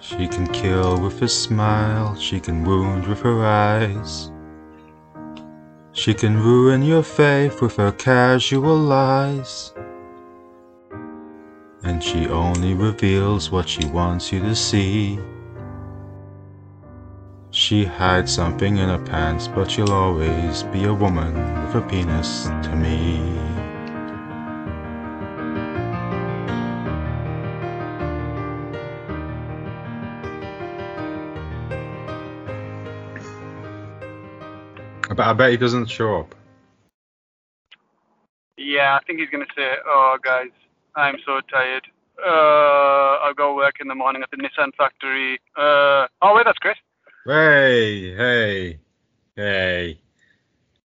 She can kill with a smile, she can wound with her eyes. She can ruin your faith with her casual lies. And she only reveals what she wants you to see. She hides something in her pants, but she'll always be a woman with a penis to me. I bet, I bet he doesn't show up. Yeah, I think he's going to say, oh, guys, I'm so tired. Uh, I'll go work in the morning at the Nissan factory. Uh, oh, wait, that's Chris. Hey, hey, hey.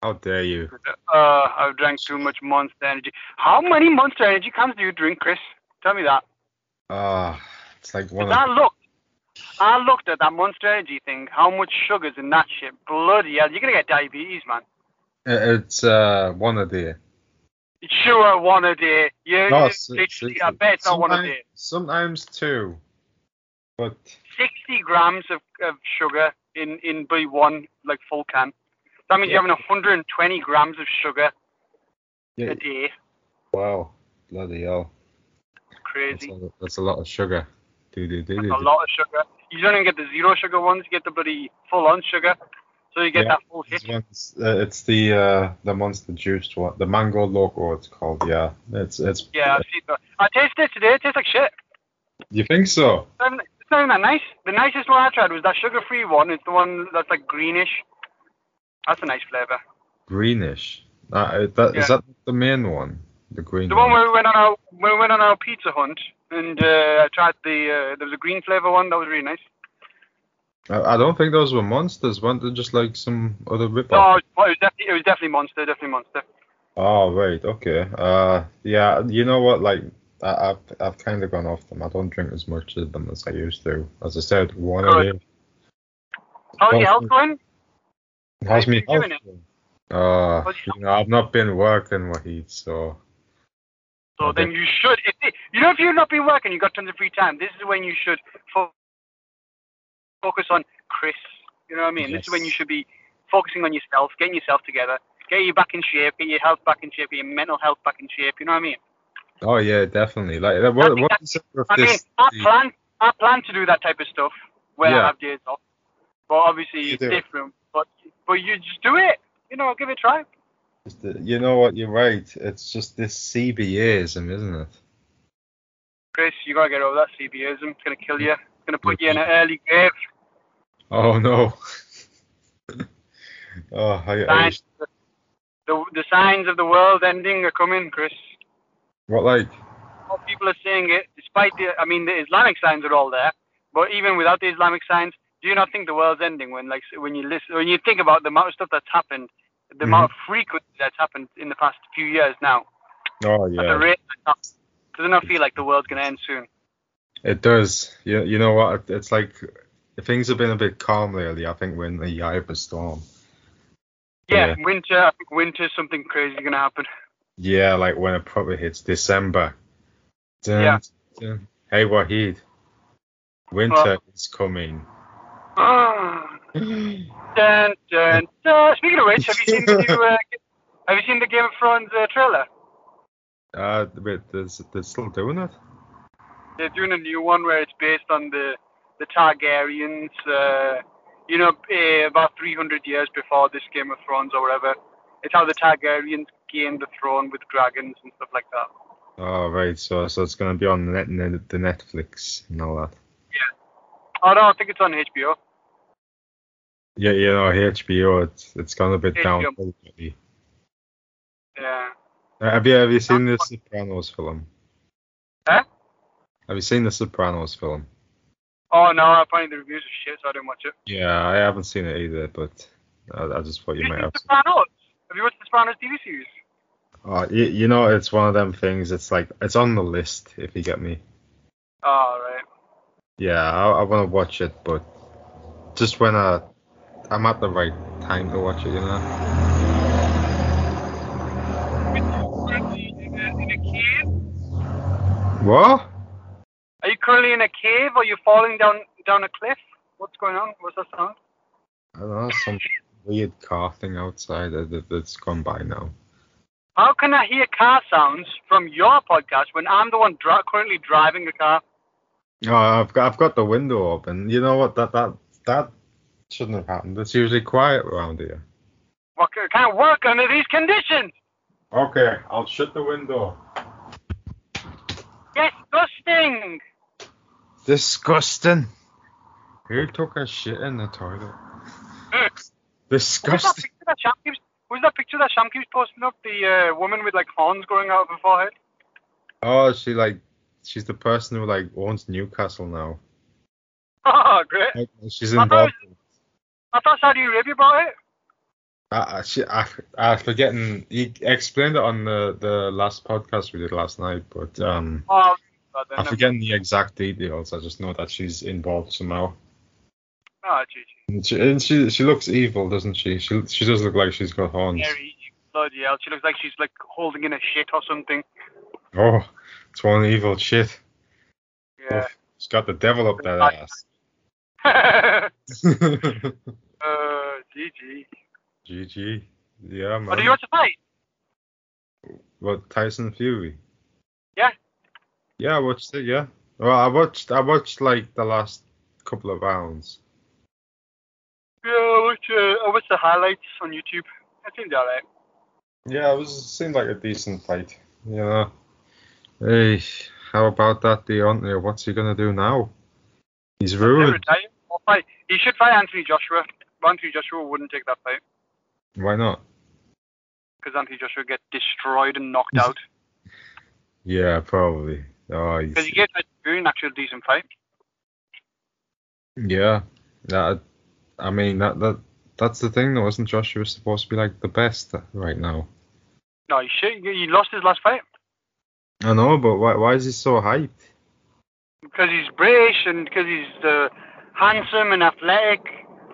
How dare you? Uh, I've drank too much Monster Energy. How many Monster Energy cans do you drink, Chris? Tell me that. Ah, it's like one 'Cause of I looked. I looked at that Monster Energy thing, how much sugar's in that shit. Bloody hell, you're going to get diabetes, man. it- it's uh one a day. Sure, one a day. Yeah, No, yeah, s- literally, sixty. I bet it's not one a Sometimes- day. Sometimes two, but 60 grams of, of sugar in, in B1, like full can. That means you're having 120 grams of sugar yeah, a day. wow, bloody hell, that's Crazy. a, that's a lot of sugar. Do, do, do, That's do, a do. lot of sugar. You don't even get the zero sugar ones, you get the bloody full on sugar. So you get Yeah. that full hit. This one's, uh, it's the uh, the monster juiced one, the mango loco. It's called. Yeah, it's it's. Yeah, I've seen that. I tasted it today. It tastes like shit. You think so? It's not even- it's not even that nice. The nicest one I tried was that sugar free one. It's the one that's like greenish. That's a nice flavour. Greenish. Uh, that, Yeah. Is that the main one? The green The one where we went on our where we went on our pizza hunt and uh, I tried the uh, there was a green flavour one that was really nice. I, I don't think those were monsters. Weren't they just like some other rip No, it was definitely it was definitely monster, definitely monster. Oh right, okay. Uh, yeah. You know what? Like, I, I've I've kind of gone off them. I don't drink as much of them as I used to. As I said, one a Good. day. How's Oh, your health going? How's me How you health? doing doing? Uh, How's your you know, I've not been working, Wahid. So So Okay. then you should. If it, you know, if you've not been working, you've got tons of free time. This is when you should fo- focus on Chris. You know what I mean? This is when you Yes. should be focusing on yourself, getting yourself together, get you back in shape, get your health back in shape, get your mental health back in shape. You know what I mean? oh yeah, definitely. Like, that- what think what that- is it with I mean, this? I the- plan, I plan to do that type of stuff when Yeah. I have days off. But obviously, You it's do. different. But but you just do it. You know, give it a try. the- You know what? You're right. It's just this CBAism, isn't it? Chris, you gotta get over that CBism. It's gonna kill you. It's gonna put you in an Mm-hmm. early grave. Oh no. oh, I, I Signs, the, the signs of the world ending are coming, Chris. what like? oh, More people are seeing it, despite the. I mean, the Islamic signs are all there, but even without the Islamic signs, do you not think the world's ending? When like when you listen, when you think about the amount of stuff that's happened, the Mm-hmm. amount of frequency that's happened in the past few years now, Oh at the yeah. rate, that's not- does it not feel like the world's gonna end soon? It does. You, you know what? It- It's like things have been a bit calm lately. I think we're in the eye of a storm. Yeah, Yeah. winter. I think winter, something crazy is gonna happen. Yeah, like when it probably hits December. Dun, Yeah. dun. Hey, Wahid. Winter Well- is coming. dun, dun, dun. Speaking of which, have you seen the new, uh, have you seen the Game of Thrones uh, trailer? Uh, wait, they're, s- they're still doing it? they're doing a new one where it's based on the the Targaryens, uh, you know, eh, about 300 years before this Game of Thrones or whatever. It's how the Targaryens gained the throne with dragons and stuff like that. Oh, right. So, so it's going to be on the, net, net- the Netflix and all that. Oh no, I think it's on HBO. Yeah, you know, HBO, it's, it's gone a bit down. HBO. lately. Yeah. Uh, Have you, have you seen the Sopranos film? Huh? Have you seen the Sopranos film? Oh no, apparently the reviews are shit, so I didn't watch it. Yeah, I haven't seen it either, but I, I just thought you Have might you seen have. Sopranos? Have you watched the Sopranos TV series? Oh, you, you know, it's one of them things. It's like it's on the list, if you get me. Oh, right. Yeah, I, I want to watch it, but just when I, I'm at the right time to watch it, you know. Are you currently in a- in a cave? What? Are you currently in a cave or are you falling down down a cliff? What's going on? What's that sound? I don't know, some weird car thing outside that- that- that's gone by now. How can I hear car sounds from your podcast when I'm the one dri currently driving a car? Oh, I've got, I've got the window open. You know what? That that that shouldn't have happened. It's usually quiet around here. What ca- can I work under these conditions? Okay, I'll shut the window. Disgusting! Disgusting. Who took a shit in the toilet? Who's that Disgusting. picture that Sham keeps? Who's that picture that Sham keeps posting up? The uh, woman with like horns growing out of her forehead. Oh, she like she's the person who like owns Newcastle now. Oh, great! Like, She's I thought involved. it I thought Saudi Arabia bought it. I, I, she, I, I forgetting. He explained it on the, the last podcast we did last night, but um, Oh, but then I'm forgetting the exact details. I just know that she's involved somehow. Oh, GG. And she, and she she looks evil, doesn't she? She she does look like she's got horns. Mary, bloody hell! She looks like she's like holding in a shit or something. Oh, it's one evil shit. Yeah. She's got the devil up that ass. uh, GG. GG. Yeah, Oh, man. do you want to fight? What Tyson Fury? Yeah. Yeah, I watched it. Yeah. Well, I watched. I watched like the last couple of rounds. Yeah, I watched, uh, I watched the highlights on YouTube. It seemed alright. Yeah, it was it seemed like a decent fight. You know. Hey, how about that Deontay? What's he gonna do now? He's He'll ruined. retire. Or fight. He should fight Anthony Joshua. But Anthony Joshua wouldn't take that fight Why not? because Anthony Joshua get destroyed and knocked out. Yeah, probably. Oh, he's- Because he gave Tyson Fury an actual decent fight. yeah. That. I mean that that that's the thing though. Isn't Joshua supposed to be like the best right now? No, he should. He lost his last fight I know, but why why is he so hyped? because he's British and because he's uh, handsome and athletic.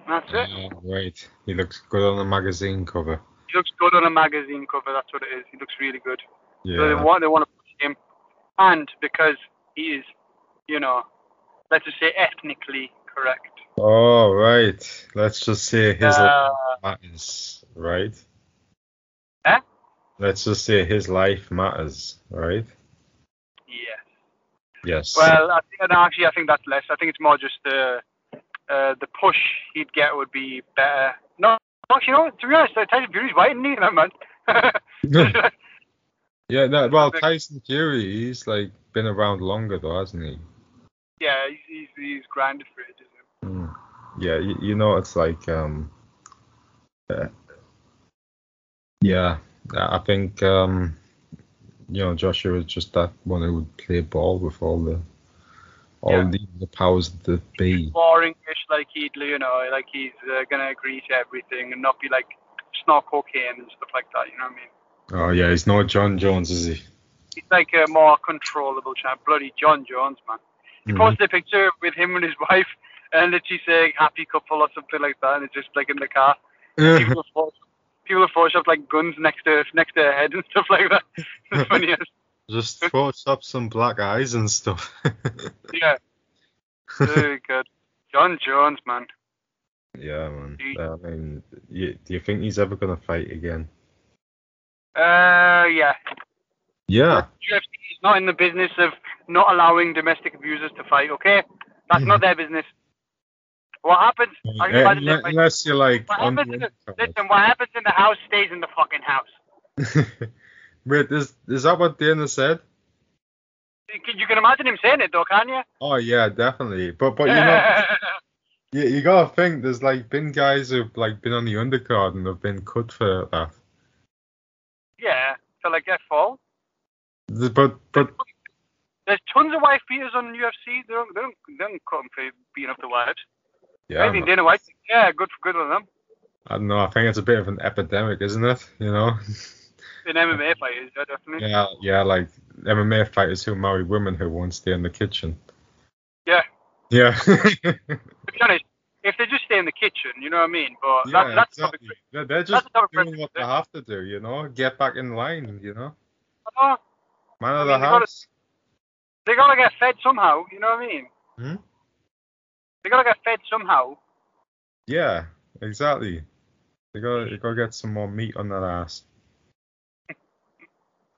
And that's it. Yeah, right. He looks good on the magazine cover. He looks good on a magazine cover. That's what it is. He looks really good. So they Yeah. want they want to push him, and because he is, you know, let's just say ethnically correct. All right. Let's just say his Uh, life matters, right? Huh? Let's just say his life matters, right? yeah. Yes. Well, I think, no, actually, I think that's less. I think it's more just the uh, the push he'd get would be better. No, actually, you know, what? to be honest, Tyson Fury's white, isn't he? Never mind. yeah. No, well, Okay. Tyson Fury, he's like been around longer though, hasn't he? yeah, he's, he's, he's grinded for it. Isn't he? Mm. Yeah. You, you know, it's like um. uh, yeah, I I think um, you know Joshua was just that one who would play ball with all the all Yeah. the, the powers that be. Boring-ish, like he'd, you know, like he's uh, gonna agree to everything and not be like snort cocaine and stuff like that. You know what I Oh mean? yeah, he's not John Jones, is he? He's like a more controllable chap. Bloody John Jones, man. He Mhm. posted a picture with him and his wife, and literally saying "happy couple" or something like that, and it's just like in the car. people have photoshopped, people have photoshopped like guns next to next to her head and stuff like that. It's funny. as- Just Photoshop some black eyes and stuff. yeah. Very good. John Jones, man. yeah, man. He- I mean, you, do you think he's ever gonna fight again? Uh, yeah. Yeah. UFC is not in the business of not allowing domestic abusers to fight. Okay, that's Hmm. not their business. What happens? I can imagine if I- unless you're like what on happens in the the, listen, what happens in the house stays in the fucking house. internet. Wait, is is that what Dana said? You can, you can imagine him saying it though, can't you? Oh yeah, definitely. But but you know, you, you gotta think there's like been guys who've like been on the undercard and have been cut for that. yeah. So like, yeah, fall. The- But but There's tons of wife beaters on UFC. They don't, they don't, they don't cut 'em for beating up the wives. yeah, I think man. Dana White. Yeah, good for good on them. I don't know. I think it's a bit of an epidemic, isn't it? You know. Mm-hmm. In MMA fighters, yeah, definitely. Yeah, yeah, like MMA fighters who marry women who won't stay in the kitchen. Yeah. Yeah. To be honest, if they just stay in the kitchen, you know what I mean. But yeah, that, that's exactly. probably They're, they're that's just a topic for doing what they have to do, you know? Get back in line, you know? uh, Man I of mean, the you gotta- house. they gotta get fed somehow. You know what I mean? Hmm? They gotta get fed somehow. Yeah, exactly. They gotta, they gotta get some more meat on that ass.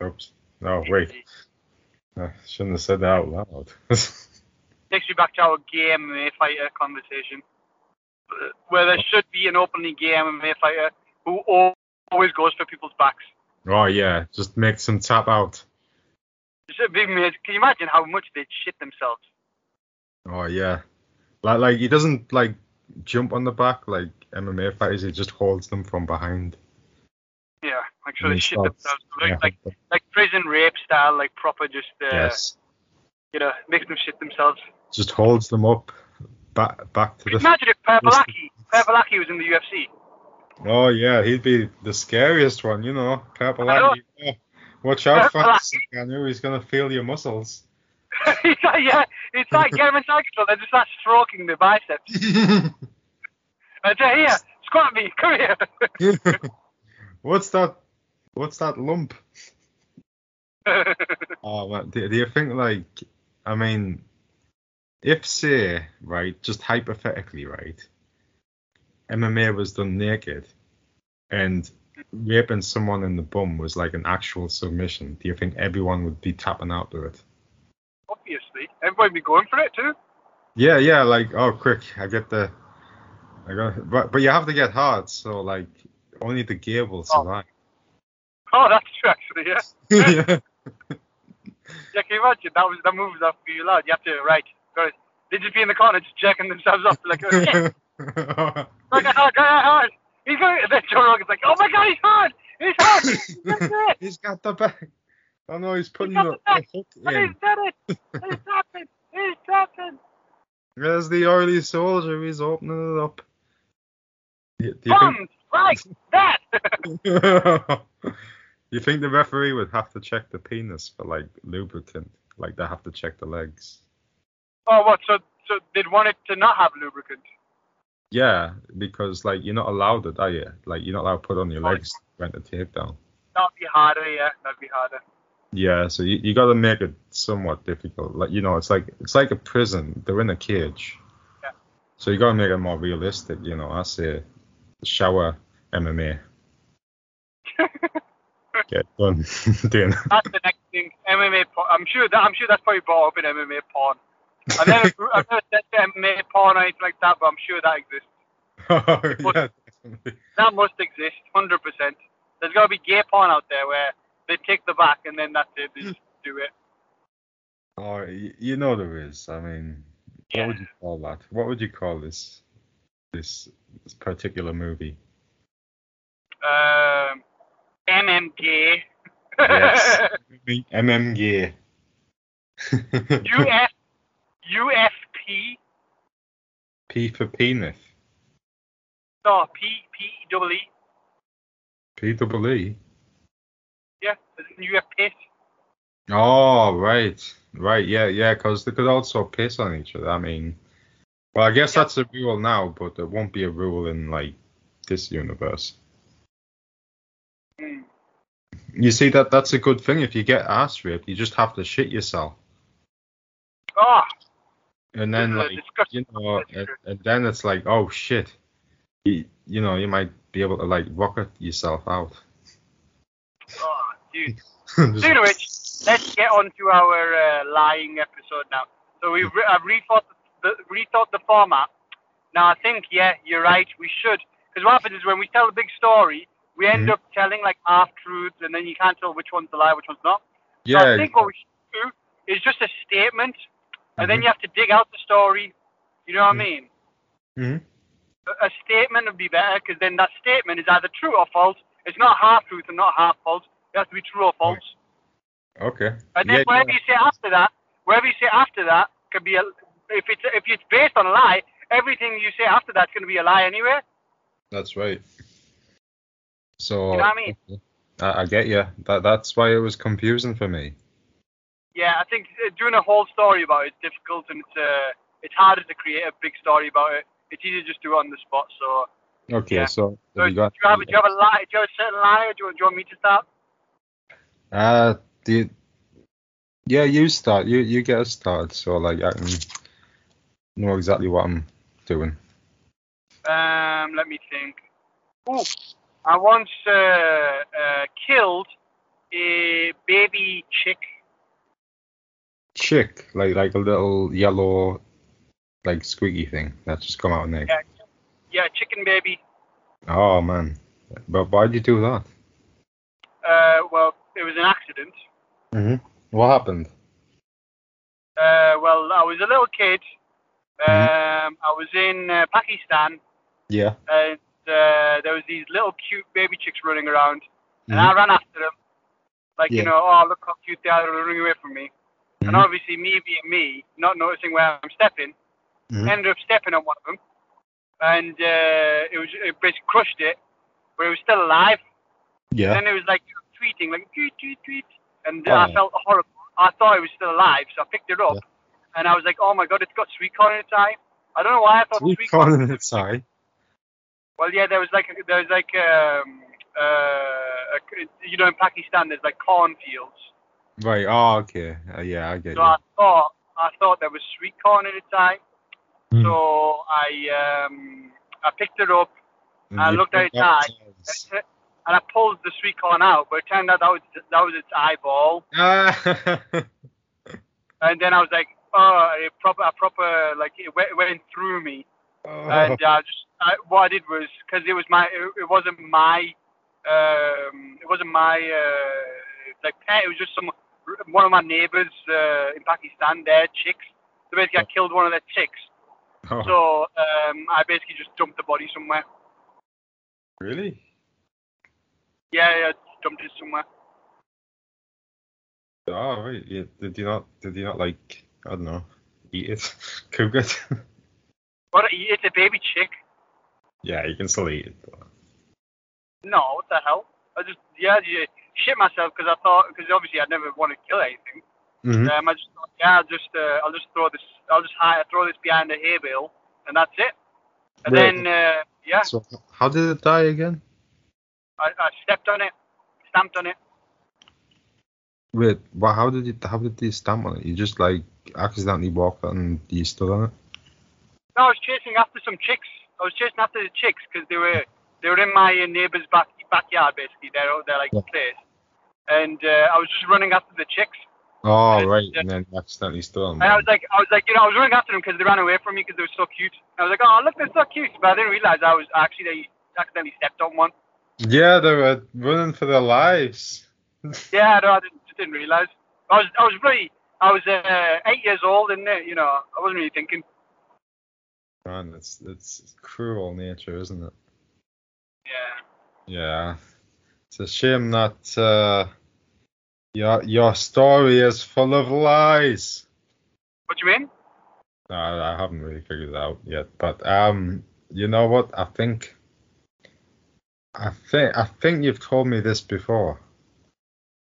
Oops. No, Oh, wait. I shouldn't have said that out loud. Takes you back to our gay MMA fighter conversation, uh, where there should be an openly gay MMA fighter who al- always goes for people's backs. oh yeah, just make some tap out. It should be made- Can you imagine how much they'd shit themselves? Oh yeah, like like he doesn't like jump on the back like MMA fighters. He just holds them from behind. Yeah, like so and they he shit starts- themselves, like, yeah, like like prison rape style, like proper just uh, yes, you know makes them shit themselves. just holds them up back back to the. Imagine if Pervalaki, Pervalaki was in the UFC. Oh yeah, he'd be the scariest one, you know. know. Kapalaki. Yeah. Watch out, Kapalaki. Francis Ngannou. He's gonna feel your muscles. it's like, yeah, it's like get him in side control. They just start stroking the biceps. I say, here, squat me, come here. what's that? What's that lump? Oh, well, do, do you think like, I mean, if say right, just hypothetically right, MMA was done naked, and raping someone in the bum was like an actual submission, do you think everyone would be tapping out to it? Obviously, everybody be going for it too. Yeah, yeah, like oh, quick, I get the, I got, but but you have to get hard, so like only the gear will survive. Oh, that's true actually. Yeah, yeah. yeah. Can you imagine that was that move was after you loud. You have to right. Got it. They just be in the corner just jacking themselves up like, oh, shit, look at hard, look at hard. He's going. Then Joe Rogan's like, oh my god, he's hard, he's hard. That's it. he's got the back. Oh no, he's putting got the, the back. the hook But he's in. done it. He's happened. He's happened. There's the oily soldier. He's opening it up. Do, do you, Bombs like that. think, Oh. you think the referee would have to check the penis for like lubricant? Like they have to check the legs. oh, what? So, so they'd want it to not have lubricant. Yeah, because like you're not allowed it, are you? Like you're not allowed to put on your legs when the takedown. That'd be harder, yeah. That'd be harder. Yeah, so you, you got to make it somewhat difficult. Like you know, it's like it's like a prison. They're in a cage. Yeah. So you got to make it more realistic. You know, I say shower MMA. Get done, then. That's the next thing. MMA. Porn. I'm sure that I'm sure that's probably brought up in MMA porn. I've never, I've never said to MMA porn or anything like that, but I'm sure that exists. Oh, yeah, definitely. That must exist, hundred percent. There's gotta be gay porn out there where they take the back and then that's it. They just do it. Oh, y- you know there is. I mean, Yeah. what would you call that? What would you call this this, this particular movie? Um, MMK. Yes. MM gear. UF, UFP. P for penis. No, P P E double E. P double E. Yeah, isn't you a piss? Oh, right. Right, yeah, yeah, because they could also piss on each other. I mean, well, I guess Yeah. that's a rule now, but it won't be a rule in, like, this universe. Hmm. You see, that that's a good thing. If you get ass raped, you just have to shit yourself. Oh, And this then, is a like, you disgusting. know, That's and, true. and then it's like, oh, shit. You, you know, you might be able to, like, rocket yourself out. Oh, dude. Just- Speaking of which, let's get on to our uh, lying episode now. So we've re- I've rethought the, rethought the format. Now I think, yeah, you're right. We should, because what happens is when we tell a big story, we end Mhm. up telling like half truths, and then you can't tell which one's a lie, which one's not. So I yeah, think what we should do is just a statement, and then Mhm. you have to dig out the story. You know what Mhm. I mean? Mhm. A- A statement would be better, because then that statement is either true or false. It's not half truth and not half false. It has to be true or false. okay. And then Yeah, whatever yeah. you say after that, whatever you say after that could be a, if it's if it's based on a lie, everything you say after that's going to be a lie anyway. That's right. So You know what I mean? I, I get you. That that's why it was confusing for me. Yeah, I think uh, doing a whole story about it's difficult and it's uh, it's harder to create a big story about it. It's easier just to do it on the spot. So, Okay, Yeah. so, so you got do you have a, do you have a lie? Do you have a certain lie? Or do, you, do you want me to start? uh do you, yeah you start you you get us started so like I can know exactly what I'm doing? Um, let me think. Ooh, I once uh, uh, killed a baby chick. Chick, like like a little yellow, like squeaky thing that's just come out of the egg. Yeah, yeah chicken baby. Oh man, but why'd you do that? Uh, well, it was an accident. Mm-hmm. What happened? Uh, well, I was a little kid. Um, I was in uh, Pakistan, Yeah. and uh, there was these little cute baby chicks running around, and Mhm. I ran after them, like Yeah. you know, oh look how cute they are, they're running away from me. And Mhm. obviously, me being me, not noticing where I'm stepping, Mhm. ended up stepping on one of them, and uh, it was it basically crushed it, but it was still alive. Yeah. And then it was like tweeting, like tweet, tweet, tweet, and Oh. I felt horrible. I thought it was still alive, so I picked it up, Yeah. and I was like, oh my god, it's got sweet corn in its eye. I don't know why I thought We sweet corn. calling it sorry. Well, yeah, there was like there was like um uh a- you know in Pakistan there's like cornfields. Right. Oh, okay. Uh, yeah, I get So I thought I thought there was sweet corn in its eye, you. so I um I picked it up Mm. I You looked at picked his up eye. tabs. and I pulled the sweet corn out, but it turned out that was that was its eyeball. Ah. And then I was like, oh, it proper, I proper like it went, it went through me. Oh, And uh, just I, what I did was because it was my, it, it wasn't my, um, it wasn't my uh, like pet. It was just some one of my neighbors uh, in Pakistan. Their chicks. So basically, I killed one of their chicks. Oh, So um, I basically just dumped the body somewhere. really? Yeah, yeah, dumped it somewhere. Oh, right. Yeah. Did you not? Did you not like? I don't know. Eat it. Cook it. But it's a baby chick. yeah, you can still eat it. though. No, what the hell? I just yeah, yeah shit myself because I thought because obviously I never want to kill anything. Mhm. Um, I just thought, yeah, I'll just uh, I'll just throw this I'll just hide, throw this behind the hay bale and that's it. And Right. then uh, yeah, So how did it die again? I, I stepped on it, stamped on it. Wait. Well, how did you? How did you stamp on it? You just like accidentally walked on and you stood on it. No, I was chasing after some chicks. I was chasing after the chicks because they were they were in my uh, neighbor's back backyard basically. They're they're like Yeah. place, and uh, I was just running after the chicks. Oh, Uh, right. yeah. And then you accidentally stood on. And I it. was like, I was like, you know, I was running after them because they ran away from me because they were so cute. I was like, oh, look, they're so cute, but I didn't realize I was actually they accidentally stepped on one. Yeah, they were running for their lives. Yeah, no, I didn't, just didn't realize. I was, I was really, I was uh, eight years old, and uh, you know, I wasn't really thinking. Man, it's it's cruel nature, isn't it? Yeah. Yeah. It's a shame that uh, your your story is full of lies. What do you mean? No, I, I haven't really figured it out yet, but um, you know what? I think, I think, I think you've told me this before.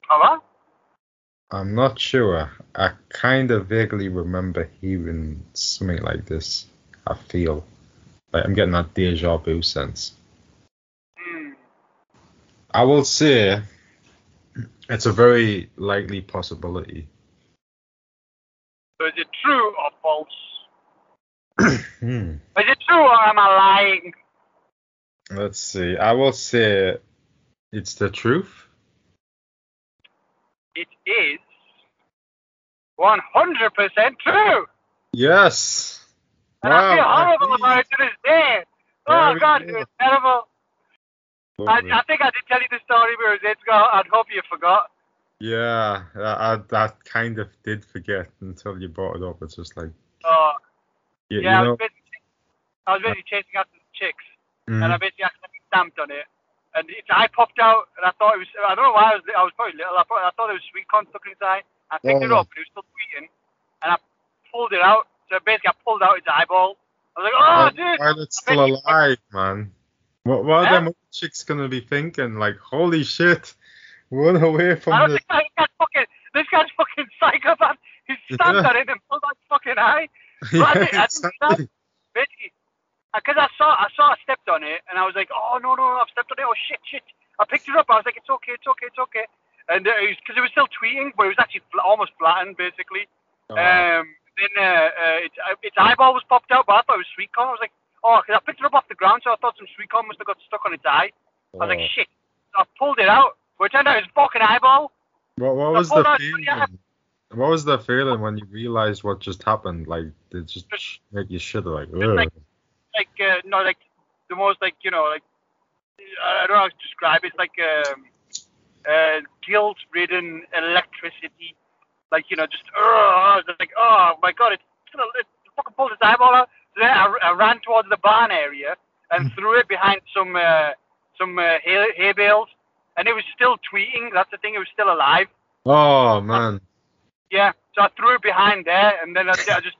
Hello? I'm not sure. I kind of vaguely remember hearing something like this. I feel like I'm getting that deja vu sense. Hmm. I will say it's a very likely possibility. So is it true or false? Hmm. Is it true or am I lying? Let's see. I will say it's the truth. It is 100% true. Yes. And I feel horrible about it to this day. Oh, Very God, it good. was terrible. I, Lovely. I think I did tell you the story where it was eight ago. I'd hope you forgot. Yeah, I, I, I kind of did forget until you brought it up. It's just like, Uh, you, yeah, you I know, was busy. I was busy chasing after the chicks, mm, and I basically accidentally stamped on it, and its eye popped out, and I thought it was. I don't know why I was. I was probably little. I, probably, I thought it was sweet corn stuck in its eye. I picked it Yeah. up, and it was still tweeting, and I pulled it out. So basically, I pulled out its eyeball. I was like, oh, why- dude. why that's I bet still you- alive, man. What, what Huh? are them other chicks gonna be thinking? Like, holy shit, run away I from don't this. think I got fucking. This guy's fucking psychopath. He stamped Yeah. on it and pulled out its fucking eye. I didn't- I didn't exactly. basically, because I saw, I saw, I stepped on it, and I was like, oh no, no, no, I've stepped on it. Oh shit, shit. I picked it up. I was like, it's okay, it's okay, it's okay. uh, And because it, was, 'cause it was still tweeting, but it was actually fl- almost flattened, basically. Oh, Um, the been uh, uh, its, uh, its eyeball was popped out, but I thought it was sweet corn. I was like, oh, 'cause I picked it up off the ground, so I thought some sweet corn must have got stuck on its eye. Oh. I was like, shit. So I pulled it out, but it turned out it was a fucking eyeball. What, what was Hold the on, feeling? yeah. What was the feeling when you realized what just happened? Like, it just Just- make you shiver. Like, like- ugh. like uh, no like the most like you know like I I don't know how to describe it. It's like um, uh, guilt-ridden electricity. Like you know just uh, it's like oh my god it's gonna it fucking pulled his eyeball out. So then I, I ran towards the barn area and threw it behind some uh, some uh, hay, hay bales and it was still tweeting. That's the thing. It was still alive. oh man, Yeah, so I threw it behind there, and then I, I just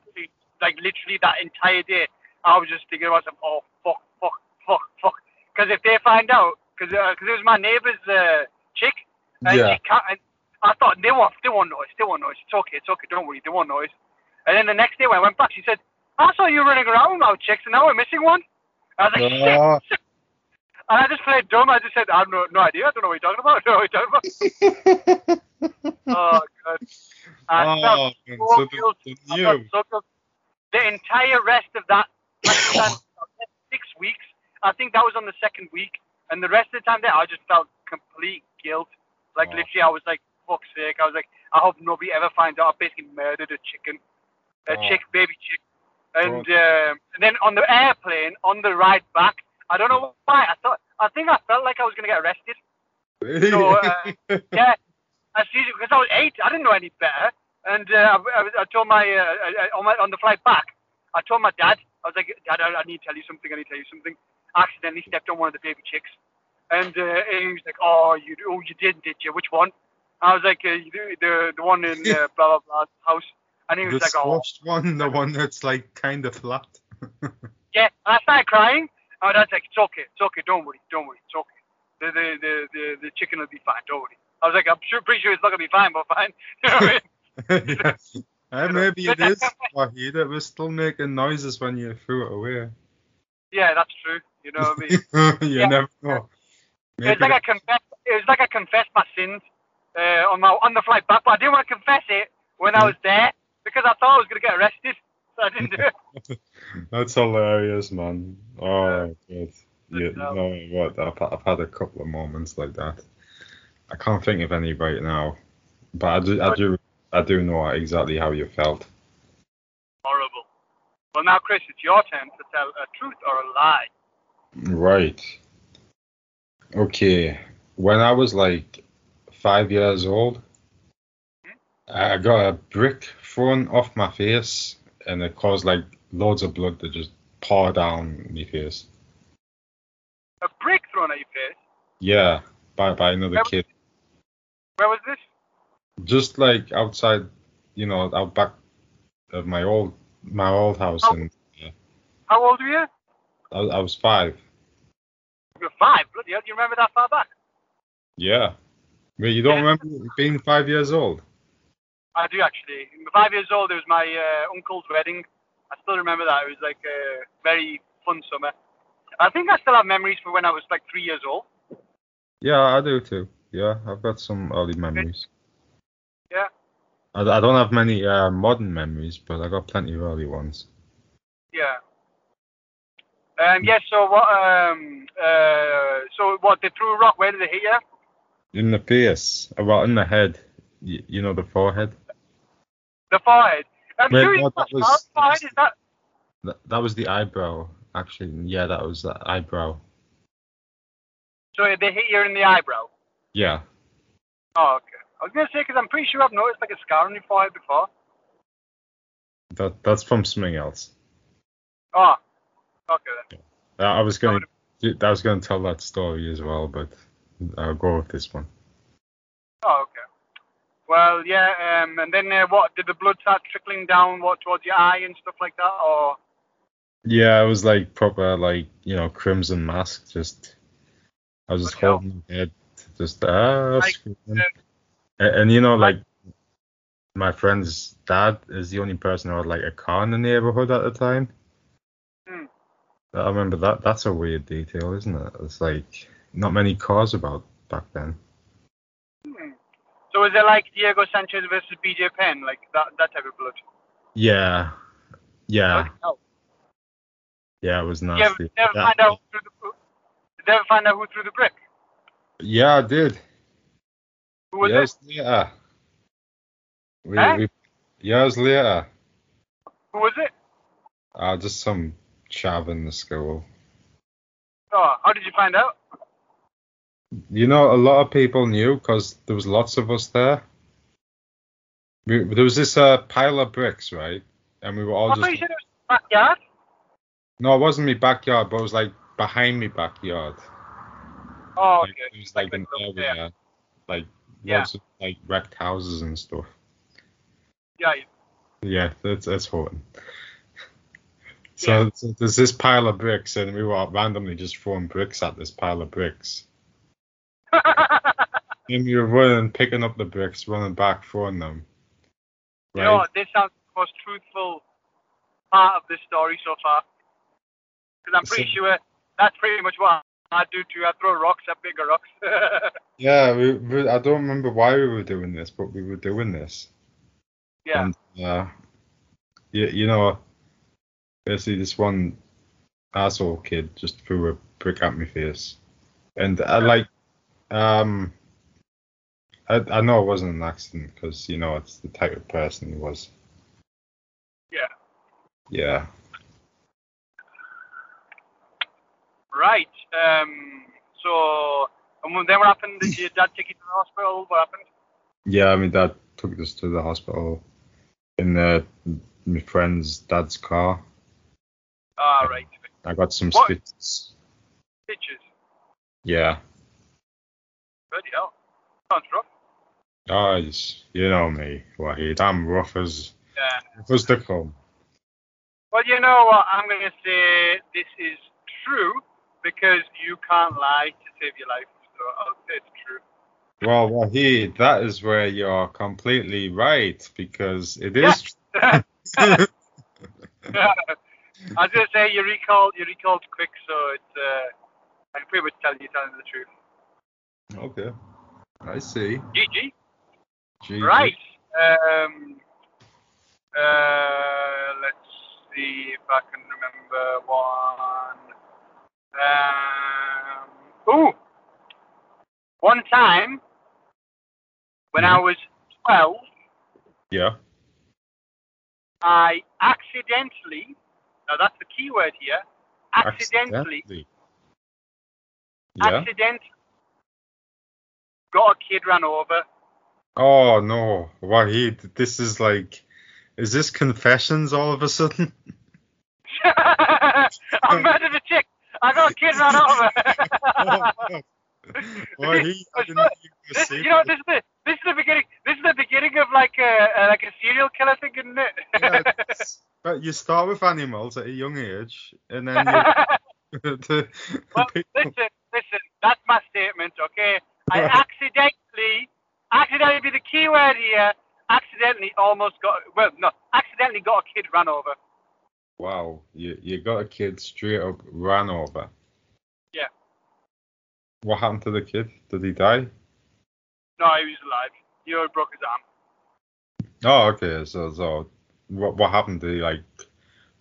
like literally that entire day, I was just thinking about myself, oh fuck, fuck, fuck, fuck, because if they find out, because it was my neighbour's uh, chick, and Yeah. she can't, and I thought they won't, they won't notice, they won't notice, it's okay, it's okay, don't worry, they won't notice. And then the next day when I went back, she said, I saw you running around with our chicks, and now we're missing one. I was like, shit. Oh. And I just played dumb. I just said, I have no, no idea. I don't know what you're talking about. I don't know what you're talking about. oh, God. I felt oh, man. so So the, guilty. the I new, felt so guilty. the entire rest of that like, time, six weeks, I think that was on the second week, and the rest of the time there, I just felt complete guilt. Like Oh. literally, I was like, "Fuck's sake!" I was like, "I hope nobody ever finds out." I basically murdered a chicken, a Oh. chick, baby chick, and um, and then on the airplane on the ride back, I don't know why I thought I think I felt like I was gonna get arrested. so, uh, Yeah, I see because I was eight. I didn't know any better. And uh, I, I, was- I told my, uh, I, I- on my on the flight back, I told my dad. I was like, Dad, I, I need to tell you something. I need to tell you something. I accidentally stepped on one of the baby chicks. And uh, he was like, Oh, you, oh, you did, did you? Which one? I was like, uh, the, the the one in uh, blah blah blah house. And he the was like, Oh, squashed one, the one that's like kind of flat. yeah, and I started crying. And my dad's like, it's okay, it's okay, don't worry, don't worry, it's okay. The the the the, the chicken will be fine, don't worry. I was like, I'm sure, pretty sure it's not gonna be fine, but fine. You know what I mean? yeah. Eh, maybe it is. Wahid, it was still making noises when you threw it away. yeah, that's true. You know what I mean? you Yeah. never know. It was like I confessed. It was like I confessed my sins uh, on my on the flight back, but I didn't want to confess it when I was there because I thought I was gonna get arrested, so I didn't do it. That's hilarious, man. Oh, good. Yeah, you Good job. know what? I've, I've had a couple of moments like that. I can't think of any right now, but I do, I do, I do know exactly how you felt. Horrible. Well, now Chris, it's your turn to tell a truth or a lie. Right. Okay. When I was like five years old, I got a brick thrown off my face, and it caused like loads of blood to just pour down my face. A brick thrown at your face. Yeah, by by another That was- kid. Where was this? just like outside, you know, out back of my old my old house, and How old were you? I, I was five. You were five. Bloody hell, do you remember that far back? Yeah, well, you don't remember being five years old. I do actually. Five years old, it was my uh, uncle's wedding. I still remember that. It was like a very fun summer. I think I still have memories for when I was like three years old. Yeah, I do too. Yeah, I've got some early memories. Yeah. I, I don't have many uh, modern memories, but I got plenty of early ones. Yeah. Um, yes. So what? Um. Uh. So what? They threw a rock. Where did they hit you? In the face, well, in the head, you, you know, the forehead. The forehead. I'm Well, sure no, it's that not- was- forehead is that. That, that was the eyebrow, actually. Yeah, that was the eyebrow. So they hit you in the eyebrow. Yeah. Oh, okay. I was gonna say because I'm pretty sure I've noticed like a scar on your forehead before. That that's from something else. Oh. Okay then. Uh, I was going. I was going to tell that story as well, but I'll go with this one. Oh, okay. Well, yeah. Um. And then uh, what? Did the blood start trickling down what towards your eye and stuff like that, or? Yeah, it was like proper, like you know, crimson mask. Just I was just Bloody hell. holding my head, just ah, Like, screaming. and, and you know, like my friend's dad is the only person who had like a car in the neighborhood at the time. Hmm. I remember that. That's a weird detail, isn't it? It's like not many cars about back then. Hmm. So is it like Diego Sanchez versus BJ Penn, like that that type of blood? Yeah. Yeah. Bloody hell. Yeah, it was You ever, nasty. you ever That- find out who threw the, did they ever find out who threw the brick? Yeah, I did. Who was years it? later. We, Huh? we, years later. Who was it? Ah, just some chav in the school. Oh, how did you find out? You know, a lot of people knew because there was lots of us there. We, there was this uh, pile of bricks, right? And we were all I thought you just said it was the backyard. no, it wasn't me backyard, but it was like behind me backyard. Oh, Like, okay. it was like an little- area, yeah. like Yeah. lots of like wrecked houses and stuff. Yeah, Yeah, that's that's Horton. So, Yeah. so there's this pile of bricks, and we were all randomly just throwing bricks at this pile of bricks. yeah. And we were running, picking up the bricks, running back, throwing them. You Right? know, what, this sounds the most truthful part of this story so far. Because I'm pretty So- sure that's pretty much what I do too. I throw rocks at bigger rocks. Yeah, we, we, I don't remember why we were doing this, but we were doing this. yeah. And, uh, you, you know, basically this one asshole kid just threw a brick at my face, and I like, um, I I know it wasn't an accident because you know it's the type of person he was. Yeah. Yeah. Right. Um. So, and when- then what happened? Did your dad take you to the hospital? What happened? Yeah, my dad took us to the hospital in the my friend's dad's car. Ah, right. I got some What? stitches. Stitches. Yeah. Bloody hell. Sounds rough. Guys, Oh, you know me, Wahid. I'm rough as Yeah. rough as the come. Well, you know what? I'm going to say this is true because you can't lie to save your life. So I'll say it's true. Well, Wahid, that is where you're completely right because it Yeah. is. I was gonna say you recalled you recalled quick, so it's uh, I can pretty much tell you telling the truth. okay. I see. GG. Gee, Right. Um. Uh. Let's see if I can remember one. Um. Ooh. One time when I was twelve, Yeah. I accidentally. Now that's the key word here. Accidentally. Yeah. accident got a kid run over. Oh no, Wahid, this is like, is this confessions all of a sudden? I murdered a chick. I got a kid run over. Wahid, I didn't think you were this, you know, what, this is the this is the beginning. This is the beginning of like a, a like a serial killer thing, isn't Yeah, it? it's- But you start with animals at a young age, and then you. to, well, listen, listen. That's my statement, okay? I accidentally, accidentally be the key word here. Accidentally, almost got well, no, accidentally got a kid run over. Wow, you you got a kid straight up ran over. Yeah. What happened to the kid? Did he die? No, he was alive. He only broke his arm. Oh, okay. So so what what happened? Did he like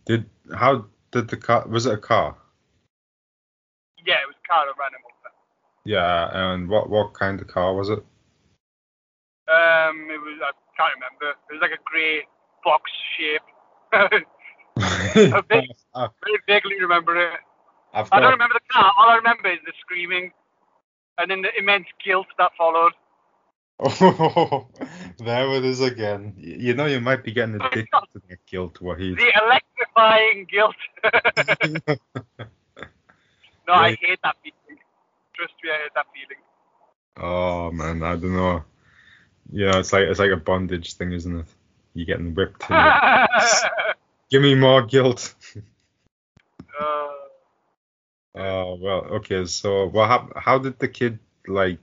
did how did the car was it a car? Yeah, it was a car that ran him over. Yeah, and what what kind of car was it? Um, it was I can't remember. It was like a grey box shape. I big- I- very vaguely remember it. I've I don't got remember the car. All I remember is the screaming, and then the immense guilt that followed. oh, there it is again. Y- You know you might be getting addicted to that guilt, Wahid. The electrifying guilt. no, I Right. hate that feeling. Trust me, I hate that feeling. Oh man, I don't know. You know, it's like it's like a bondage thing, isn't it? You're getting whipped. and Give me more guilt. uh, Oh well, okay. So what happened? How did the kid like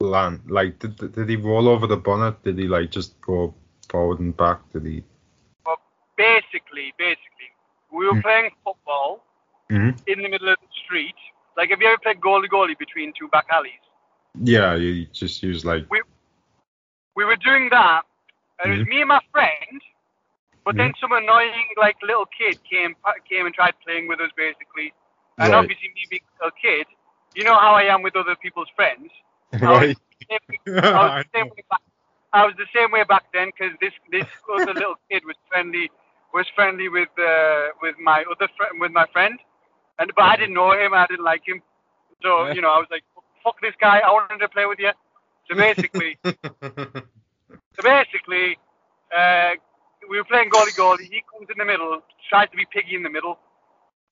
land? Like, did did he roll over the bonnet? Did he like just go forward and back? Did he? basically, basically, we were Hmm. playing football Mhm. in the middle of the street. Like, have you ever played goalie goalie between two back alleys? Yeah, he just used like. Mm-hmm. we were doing that, and it was me and my friend, But then some annoying like little kid came pa- came and tried playing with us basically, and Right. obviously me being a kid, you know how I am with other people's friends. Right. I was the same way back, I was the same way back then because this this other little kid was friendly was friendly with uh, with my other friend with my friend, and but I didn't know him I didn't like him, so Yeah. you know I was like fuck this guy I wanted to play with you. So basically, so basically, uh, we were playing goalie goalie. He comes in the middle, tries to be piggy in the middle,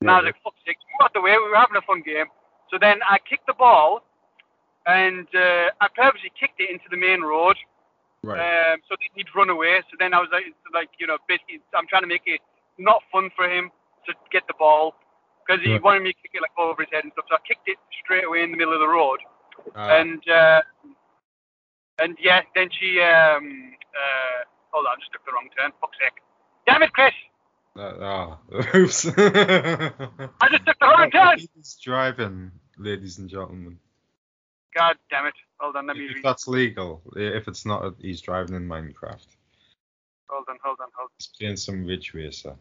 and I was like fuck sake, you out the way. We were having a fun game. So then I kicked the ball, and uh, I purposely kicked it into the main road. right. Um, so then he'd run away. So then I was like, so like you know, basically, I'm trying to make it not fun for him to get the ball because he Right. wanted me to kick it like over his head and stuff. So I kicked it straight away in the middle of the road. Ah, And uh, and yeah, then she um uh hold on, I just took the wrong turn. Fuck's sake! Damn it, Chris! ah, ah, oops. I just took the wrong turn. He's driving, ladies and gentlemen. God damn it! Hold on, let me If read. that's legal, if it's not, he's driving in Minecraft. Hold on, hold on, hold. He's playing some Ridge Racer. on.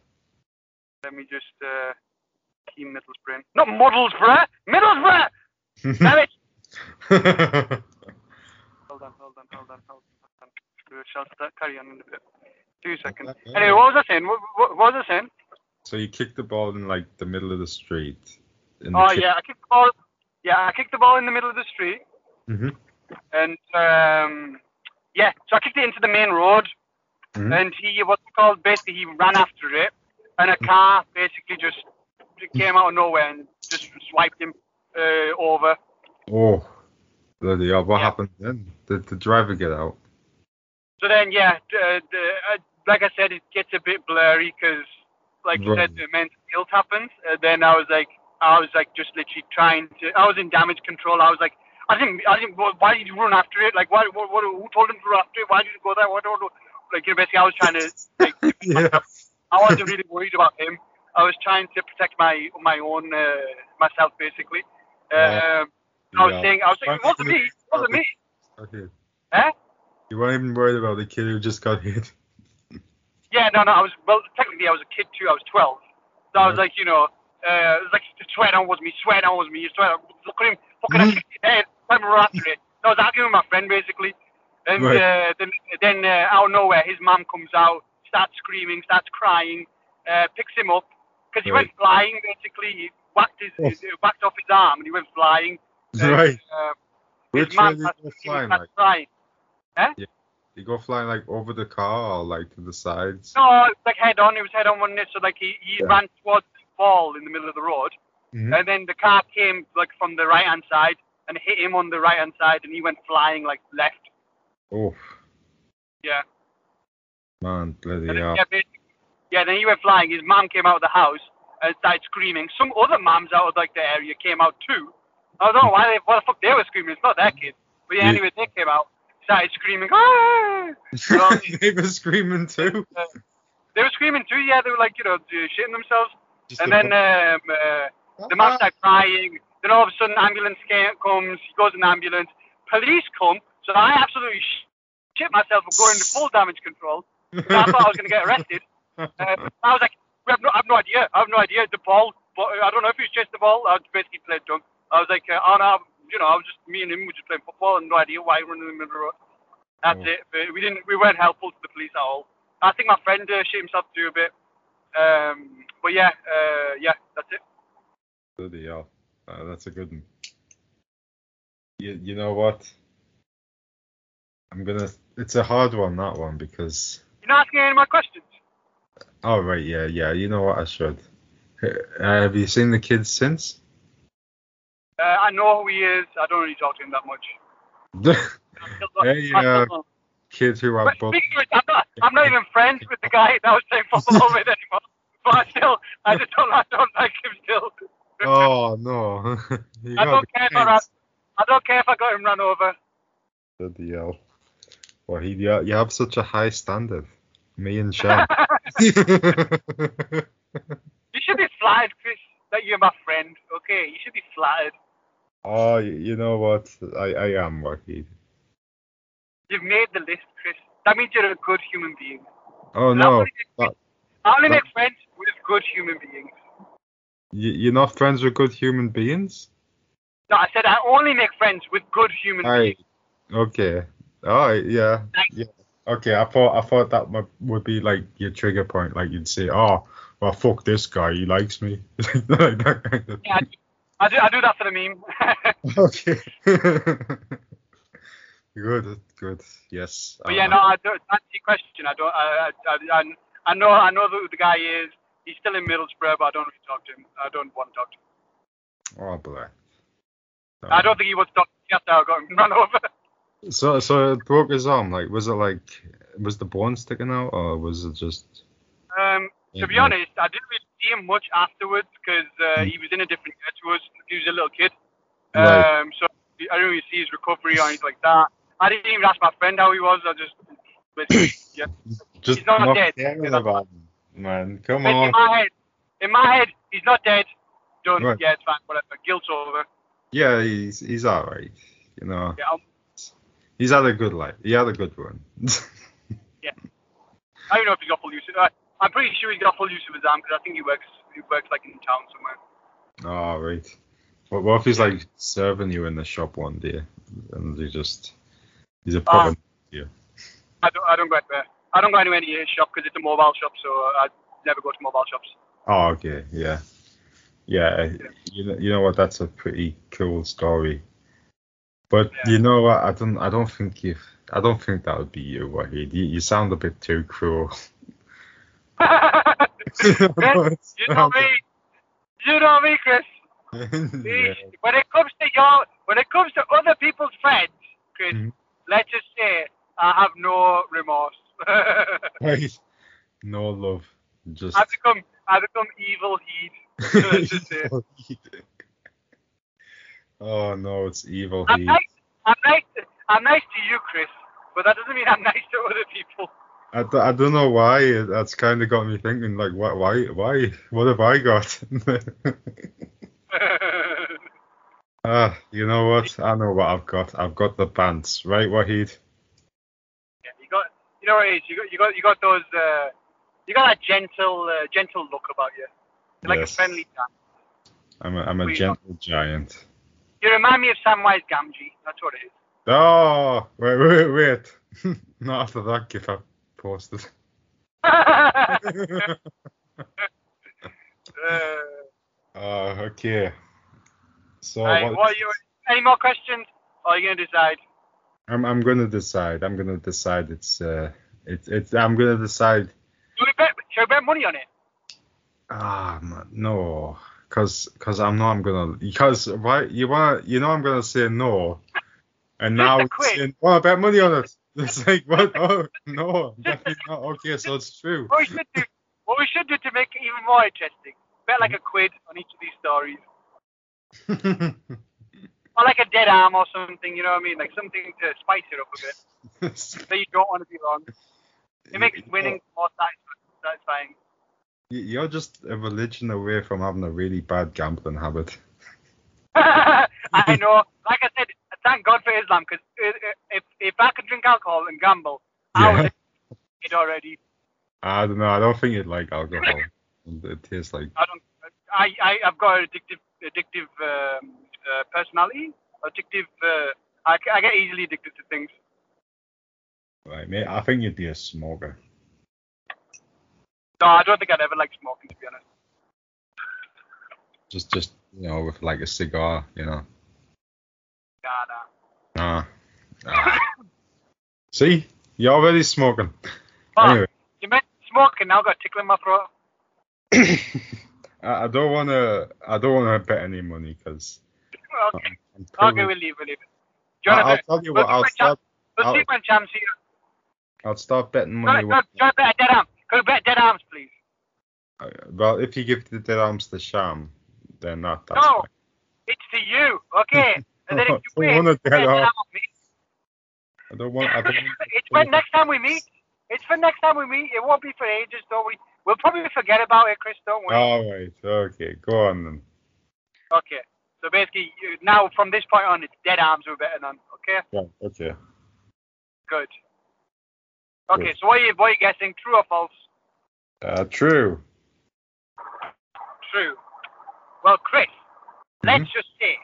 Let me just uh, key Middlesbrough. Not Middlesbrough, Middlesbrough. Damn it! Hold on, hold on, hold on, hold on. We shall start, carry on in a bit. Two seconds. Anyway, what was I saying? What, what, what was I saying? so you kicked the ball in like the middle of the street. in the Oh kick- yeah, I kicked the ball. Yeah, I kicked the ball in the middle of the street, Mhm. and um, yeah, so I kicked it into the main road, Mhm. and he what's it called? Basically, he ran after it, and Mm-hmm. a car basically just came out of nowhere and just swiped him uh, over. Oh, bloody hell! What Yeah. happened then? Did the driver get out? So then, yeah, d- uh, d- uh, like I said, it gets a bit blurry because, like you said, Right. the mental guilt happens. And then I was like, I was like, just literally trying to. I was in damage control. I was like, I didn't, I didn't. wh- Why did you run after it? Like, why? What? what who told him to run after it? Why did you go there? What? what, what? Like, you know, basically, I was trying to. Like, yeah. I wasn't really worried about him. I was trying to protect my my own uh, myself basically. Um, Yeah. I was saying, I was saying, it wasn't me, it wasn't me. Okay. Huh? You weren't even worried about the kid who just got hit. Yeah, no, no. I was well, technically I was a kid too. I was 12, so I was like, you know, uh, it was like swear down was me, swear down was me, swear down. Look at him, fucking Mm-hmm. I kicked his head. I'm right after it. So I was arguing with my friend basically, and Right. uh, then then uh, out of nowhere his mum comes out, starts screaming, starts crying, uh, picks him up because he Right. went flying basically. He whacked his, Oh. his whacked off his arm and he went flying. And, Right. Uh, his Which way mum did starts you go screaming, flying? starts Like, crying. you go flying like over the car or like to the sides? No, it was like head on. It was head on one knee. So like he, he Yeah. ran towards the ball in the middle of the road, Mhm. and then the car came like from the right hand side and hit him on the right hand side, and he went flying like left. Oh. Yeah. Man, bloody And hell. Then, yeah, basically- yeah. Then he went flying. His mom came out of the house and started screaming. Some other moms out of like the area came out too. I don't know why they, what the fuck they were screaming. It's not that kid. But yeah, Yeah. anyway, they came out, started screaming. Ah! Well, they were screaming too. They were screaming too. Yeah, they were like you know shitting themselves. Just And the then um, uh, bu- The man started crying. Then all of a sudden, ambulance ca- comes. He goes in the ambulance. Police come. So I absolutely sh- shit myself for going into full damage control. So I thought I was going to get arrested. Uh, I was like, I have, no, I have no idea. I have no idea. The ball. But I don't know if he was chasing the ball. I was basically played dumb. I was like, uh, oh no, you know, I was just me and him were just playing football and no idea why he running in the middle of the road. That's Oh. it. But we didn't. We weren't helpful to the police at all. I think my friend uh, shit himself too a bit. Um, but yeah, uh, yeah, that's it. Bloody hell. Uh, that's a good one. You, you know what? I'm gonna. It's a hard one, that one, because. You're not asking any of my questions. Oh, right, yeah, yeah. You know what? I should. Uh, have you seen the kids since? Uh, I know who he is. I don't really talk to him that much. the I still don't- Yeah, I yeah. still don't. kid who But had both. speaking of which, I'm not, I'm not even friends with the guy that I was playing football with anymore. But I still, I just don't, I don't like him still. Oh, no. You I got don't the care if I ran, kids. I don't care if I got him run over. Bloody hell. Well, he, you you have such a high standard. Me and Sean. You should be flattered, Chris, that you're my friend. Okay, you should be flattered. oh, you you know what? I, I am lucky. You've made the list, Chris. That means you're a good human being. Oh, That no. what it is. That, I only But- make friends with good human beings. You, you're not friends with good human beings? No, I said I only make friends with good human I beings. okay. All right, yeah, Like- yeah. Okay, I thought I thought that mu- would be like your trigger point. Like you'd say, "Oh, well, fuck this guy. He likes me." like that kind of Yeah, I, do, I do. I do that for the meme. thing. Okay. good, good. Yes. but yeah, no, I don't, to answer your question, I don't. I, I, I, I know. I know who the guy is. He's still in Middlesbrough, but I don't really talk to him. I don't want to talk to him. Oh boy. I don't think he wants to talk to me after I got him run over. So, so it broke his arm. Like, was it like, was the bone sticking out, or was it just? Um, to be honest, I didn't really see him much afterwards because Hmm. uh, he was in a different year to us. He was a little kid. Right. Um, so I didn't really see his recovery or anything like that. I didn't even ask my friend how he was. I just, basically, yeah. Just He's not dead. caring He's not- about him, man. Come In, in on. my head, in my head, he's not dead. Done. Right. Yeah, it's fine. Whatever. Guilt's over. Yeah, he's he's all right. You know, Yeah. I'm, he's had a good life. He had a good run. I don't know if he's got full use. Of, uh, I'm pretty sure he's got full use of his arm because I think he works. He works like in town somewhere. all right. But what if he's like serving you in the shop one day, and he just Ah. he's a problem. I don't. I don't go anywhere. I don't go anywhere near his shop because it's a mobile shop, so I never go to mobile shops. Oh, okay. Yeah. Yeah. You know, you know what? That's a pretty cool story. But Yeah. you know what? I don't. I don't think you. I don't think that would be you, Wahid. You, you sound a bit too cruel. you know me. You know me, Chris. Yeah. When it comes to your, when it comes to other people's friends, Chris, Mhm. let's just say I have no remorse. I've Right. No love. Just. become, I become evil heat. Let's just say. oh no, it's evil. I'm Heat. nice, I'm nice, I'm nice to you, Chris, but that doesn't mean I'm nice to other people. I, d- I don't know why that's kind of got me thinking like why why why what have I got? Ah, you know what? I know what I've got. I've got the pants, right, Wahid? yeah, you got, you know what it is. You got, you got, you got those, uh, you got that gentle, uh, gentle look about you. You're like Yes. a friendly man. I'm a, I'm a We- gentle giant. You remind me of Samwise Gamgee. That's what it is. Oh, wait, wait, wait! Not after that gif I posted. uh, uh, okay. So right, Oh, what- what are you, any more questions? Or are you going to decide? I'm I'm gonna decide. I'm gonna decide. It's uh, it's it's. I'm gonna decide. Do we bet, should we bet money on it? Ah, man, no, cause cause I'm not. I'm gonna because right. You wanna you know I'm gonna say no, and Just now a it's quick. saying, well, I bet money on it. It's like what? Oh no, definitely not. Okay, so it's true. What we should do, what we should do to make it even more interesting, bet like a quid on each of these stories. Or like a dead arm or something, you know what I mean? Like something to spice it up a bit that you don't want to be wrong. It makes winning more satisfying. satisfying. You- You're just a religion away from having a really bad gambling habit. I know. Like I said, thank God for Islam because if, if I could drink alcohol and gamble, I Yeah. would it already. I don't know. I don't think you'd like alcohol. It tastes like I don't. I, I I've got an addictive addictive um, uh, personality. Addictive. Uh, I, I get easily addicted to things. right, mate. I think you'd be a smoker. No, I don't think I'd ever like smoking to be honest. just just you know with like a cigar you know Nah, nah. nah, nah. see you're already smoking But anyway you meant smoking. Now I've got a tickle in my throat. I, I don't want to i don't want to bet any money because Okay. i'm Okay, pretty, we'll leave. We'll leave it. I, Jonathan, Oh, i'll tell you what we'll i'll see start when I'll- Cham- we'll see when Cham's here. i'll start betting money Jonathan, when, Jonathan, bet dead arm. Could we bet dead arms, please? well if you give the dead arms to sham then that that's No. fine. It's to you. Okay. And then if you I win, wanna you dead get arm. out, mate. i don't want i don't it's when next time we meet. It's for next time we meet. It won't be for ages, don't we? We'll probably forget about it, Chris. Don't worry. all right okay go on then okay. So basically, you, now from this point on, it's dead arms we're betting on. Okay. yeah okay Good. Okay. Good. So what are you, what are you guessing? True or false? Uh, true. True. Well, Chris, let's just say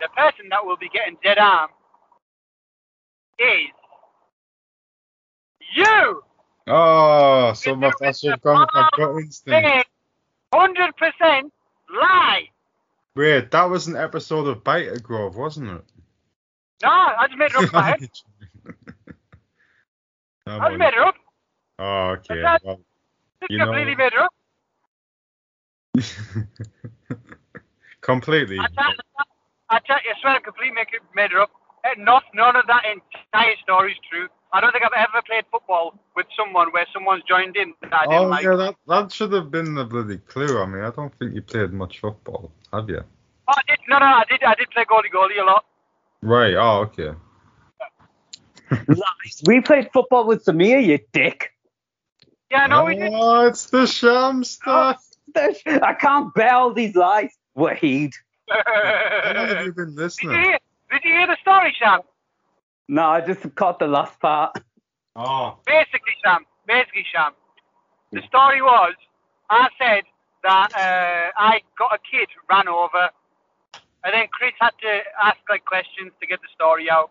the person that will be getting dead arm is you. Oh, some of us have gone with my gut instinct. Hundred percent lie. Wait, that was an episode of Biter Grove, wasn't it? No, I just made it up in my head. No, I man. just made it up. oh, okay. That's- Well, Just You know- completely made it up. completely. I tell, I, tell, I swear I completely make it, made it up. Eh, Not, none of that entire story is true. I don't think I've ever played football with someone where someone's joined in that I didn't Oh, like. yeah, that, that should have been the bloody clue. I mean, I don't think you played much football, have you? Oh, I did, no, no, I did, I did play goalie goalie a lot. Right, oh, okay. Lies. We played football with Samir, you dick. Yeah, no, we did. Oh, it's the sham stuff. There's- I can't bear all these lies. Wahid. How have you did, been you listening? hear, did you hear the story, Sam? No, I just caught the last part. Oh, Basically, Sam. Basically, Sam. The story was, I said that uh, I got a kid ran over, and then Chris had to ask like questions to get the story out.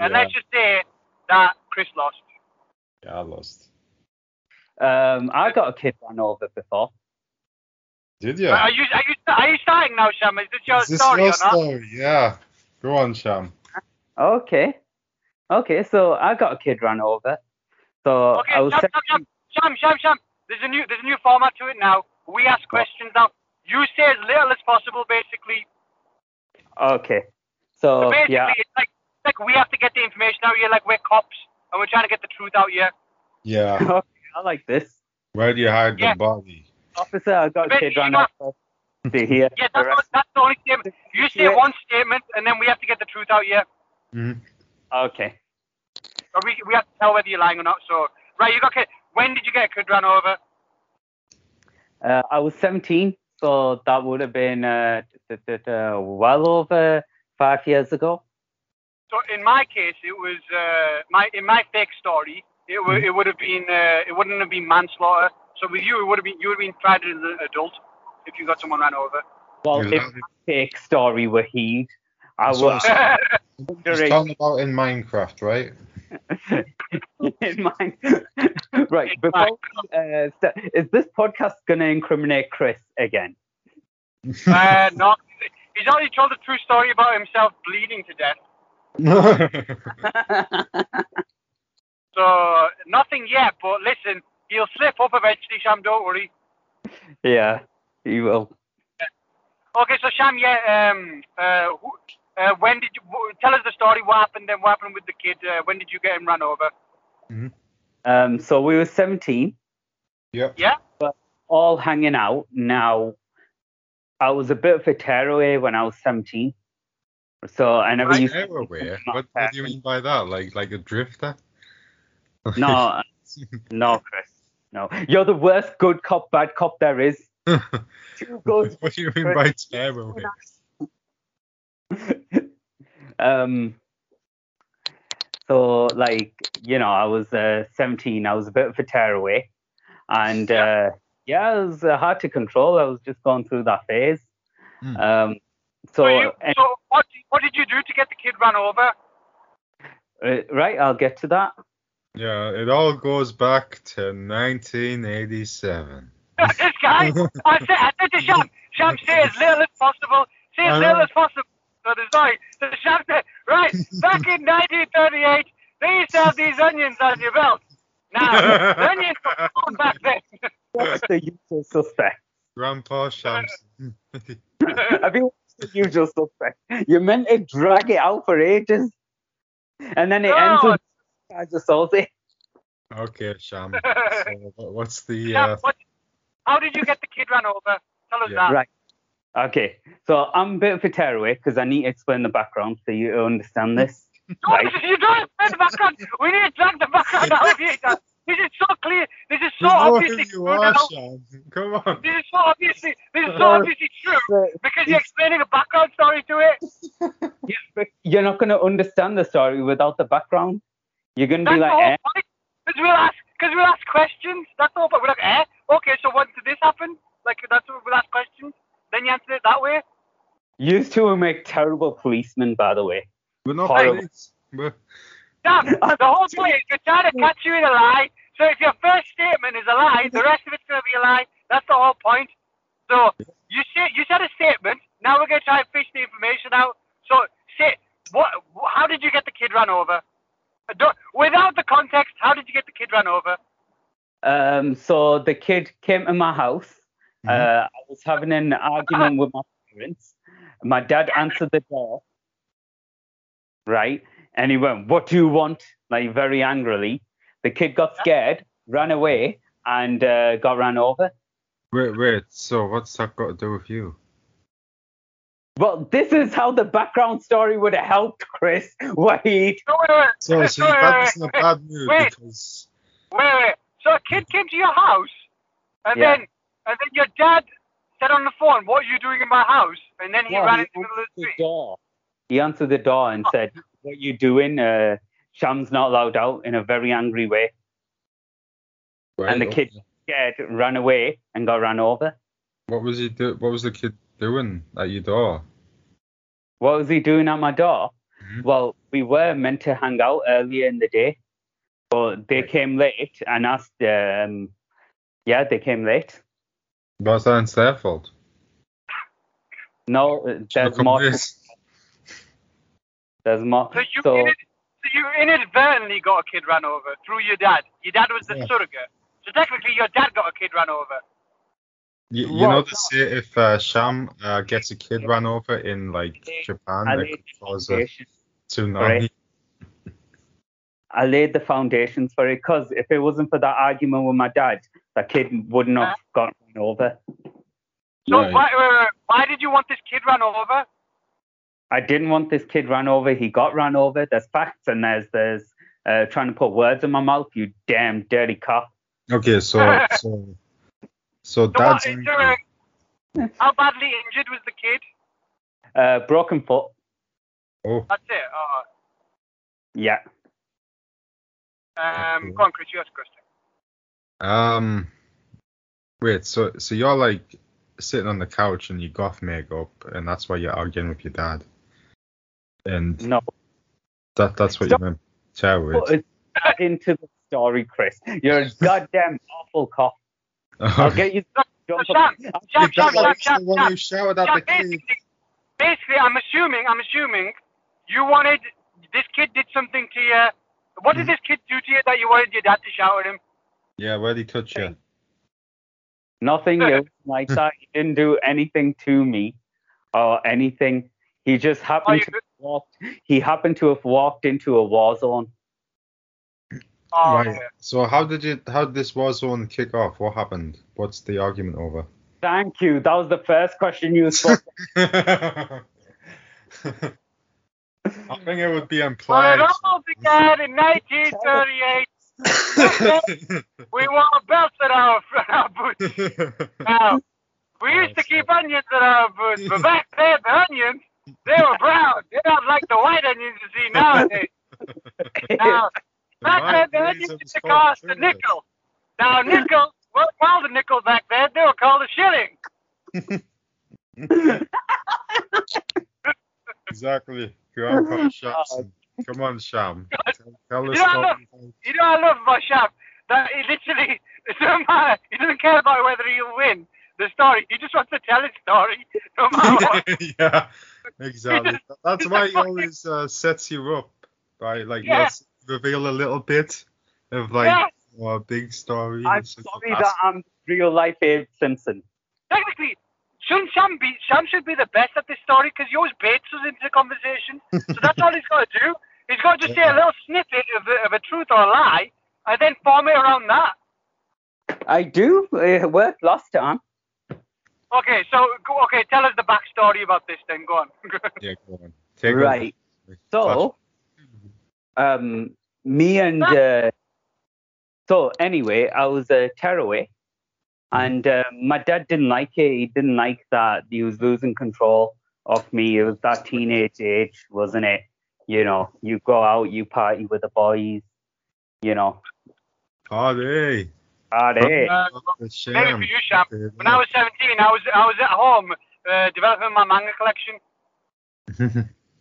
And Yeah. let's just say that Chris lost. yeah, I lost. Um, I got a kid run over before. Did But Are you? you are you are you starting now, Sam? Is this your Is this story your or not? story? Yeah. Go on, Sham. Okay. Okay, so I got a kid run over. So Okay, I was Sam, sent- Sam, Sam, Sam, Sam, Sam. There's a new there's a new format to it now. We ask questions now. You say as little as possible, basically. Okay. So, So basically, yeah. it's like like we have to get the information out here. Like we're cops and we're trying to get the truth out here. Yeah. Okay, I like this. Where do you hide Yeah. the body? Officer, I got a But kid you run know- over. See here. Yeah, that's, Arrest- what, that's the only statement. You say Yeah. one statement and then we have to get the truth out here. Mhm. Okay. Or we we have to tell whether you're lying or not. So right, you got kid. When did you get a kid run over? Uh, I was 17, so that would have been uh, d- d- d- uh, well over five years ago. So in my case, it was uh, my in my fake story. It would it would have been uh, it wouldn't have been manslaughter. So with you, it would have been you would have been tried as an adult if you got someone run over. Well, Yeah. if my fake story were he, I That's what was He's wondering talking about in Minecraft, right? in mind. right, It's before, uh, st- is this podcast going to incriminate Chris again? uh, not. He's already told a true story about himself bleeding to death. So nothing yet, but listen, he'll slip up eventually, Sham. Don't worry. yeah, he will. Okay, so Sham, yeah. Um, uh, who, uh, when did you wh- tell us the story? What happened? Then what happened with the kid? Uh, when did you get him run over? Um, so we were 17, yep. Yeah. all hanging out. Now, I was a bit of a tearaway when I was 17. So I never Right. used Tear away. What, what do you mean by that? Like like a drifter? No, no, Chris. No, you're the worst good cop, bad cop there is. what Two good. do you mean by tear away? Um, so like you know, I was uh, 17. I was a bit of a tearaway, and uh, yeah, it was uh, hard to control. I was just going through that phase. Hmm. Um, so, So, you, and- so what, what did you do to get the kid run over? uh, right, I'll get to that. Yeah, it all goes back to 1987. this guy, I said, I said to Sham, Sham, say as little as possible, say as I little know. as possible. So the sorry, so Sham said, right, back in 1938, they used to have these onions on your belt. Now, the onions were cool back then. What's the usual suspect? Grandpa Shamson. Have you watched the usual suspect? You meant to drag it out for ages, and then it ends No. with I just saw it. okay, Sham. So what- what's the uh, Sham, what, how did you get the kid run over? Tell us Yeah. that. Right. Okay, so I'm a bit of a tearaway because I need to explain the background so you understand this. Don't, you don't have to back on. We need to drag the back on out of here. guys. This is so clear. This is we so know obviously who you true are, now. Sham. Come on. This is so obviously this is so Uh, obviously true So, because you're explaining a background story to it. yeah, but you're not going to understand the story without the background. You're going to That's be the whole like, eh, point. Because we'll ask Because we'll ask questions. That's all. But we're like, eh? Okay, so when did this happen? Like, that's what we'll ask questions. Then you answer it that way. Used to make terrible policemen, by the way. We're not Horrible. police. We're, Damn, the whole point is we're trying to catch you in a lie. So if your first statement is a lie, the rest of it's going to be a lie. That's the whole point. So you said you said a statement. Now we're going to try and fish the information out. So say what? How did you get the kid run over? I don't- Without the context, how did you get the kid run over? Um, so the kid came to my house. Uh, I was having an argument with my parents. My dad answered the door, right? And he went, "What do you want?" Like very angrily. The kid got scared, ran away, and uh, got ran over. wait, wait. So what's that got to do with you? Well, this is how the background story would have helped, Chris. Wait, No, wait, wait. So, so your dad was in a wait, bad mood wait. because wait, wait. So a kid came to your house, and Yeah. then and then your dad said on the phone, "What are you doing in my house?" And then he Yeah, ran he into the middle of the the street. door. He answered the door and said, "What you doing?" Uh, Sham's not allowed out in a very angry way. Right, the kid- okay. scared, ran away, and got ran over. What was he do? What was the kid doing at your door? What was he doing at my door? Mhm. Well, we were meant to hang out earlier in the day, but they Right. came late and asked. Um, yeah, they came late. Was that it's their fault? No, uh, there's Look at more. this. There's more. So you, So inad- so you inadvertently got a kid run over through your dad. Your dad was the Yeah. surrogate. So technically, your dad got a kid run over. You, you Well, know to say if uh, Sham uh, gets a kid run over in like They- Japan, I it laid, could cause the a foundation- tsunami. Right. I laid the foundations for it because if it wasn't for that argument with my dad, that kid wouldn't have gotten run over. So Right. why, wait, wait, wait. why did you want this kid run over? I didn't want this kid run over. He got run over. There's facts and there's there's uh, trying to put words in my mouth. You damn dirty cop. Okay, so so so So what, dad's is angry. there a- how badly injured was the kid? Uh, broken foot. Oh, That's it. Oh, Yeah. um, Okay. Go on, Chris, you ask a question. um, wait. So so you're like sitting on the couch and you got makeup, and that's why you're arguing with your dad, and No. that that's what Stop. you meant. Chair Put with. us back into the story, Chris. You're a goddamn awful cop. I'll get you. Jump Sam, up. I'll Sam, get you- Sam, Sam, Sam, Sam. shouted Yeah, basically, basically, I'm assuming, I'm assuming you wanted this kid did something to you. What did Mhm. this kid do to you that you wanted your dad to shout at him? Yeah, where'd he touch you? Nothing Yeah. else like that. He didn't do anything to me or anything. He just Are happened you to walk. He happened to have walked into a war zone. Oh, right. yeah. So how did you how did this war zone kick off? What happened? What's the argument over? Thank you. That was the first question you were supposed to I think it would be Well, it implied. all began in 1938. We wore belts at our, at our boots. Now, we used to keep onions at our boots, but back then, the onions, they were brown. They're not like the white onions you see nowadays. Now, back then, the onions used to cost a nickel. Now, nickels weren't called a nickel back then, they were called a shilling. exactly. Go on, come on, Sham. Come on, Sham. Tell, tell us You don't what- You know, I love my shop. That he literally, it doesn't matter. He doesn't care about whether he'll win the story. He just wants to tell his story, no matter what. yeah, exactly. That's why he always uh, sets you up by like Yeah. let's reveal a little bit of like Yeah. a big story. I'm It's just sorry a that I'm um, real life Abe Simpson. technically, shouldn't Sam be Sam should be the best at this story because he always baits us into the conversation. So that's all he's got to do. He's got to just say a little snippet of a, of a truth or a lie, and then form it around that. I do. It worked last time. Okay, so go- okay, tell us the backstory about this. Then go on. pass- Yeah, go on. Take right. over. So, um, me and uh, so anyway, I was a tearaway, and uh, my dad didn't like it. He didn't like that he was losing control of me. It was that teenage age, wasn't it? You know, you go out, you party with the boys, you know. Party. Party. Uh, The sham. maybe for you, Sham. When I was 17, I was I was at home uh, developing my manga collection.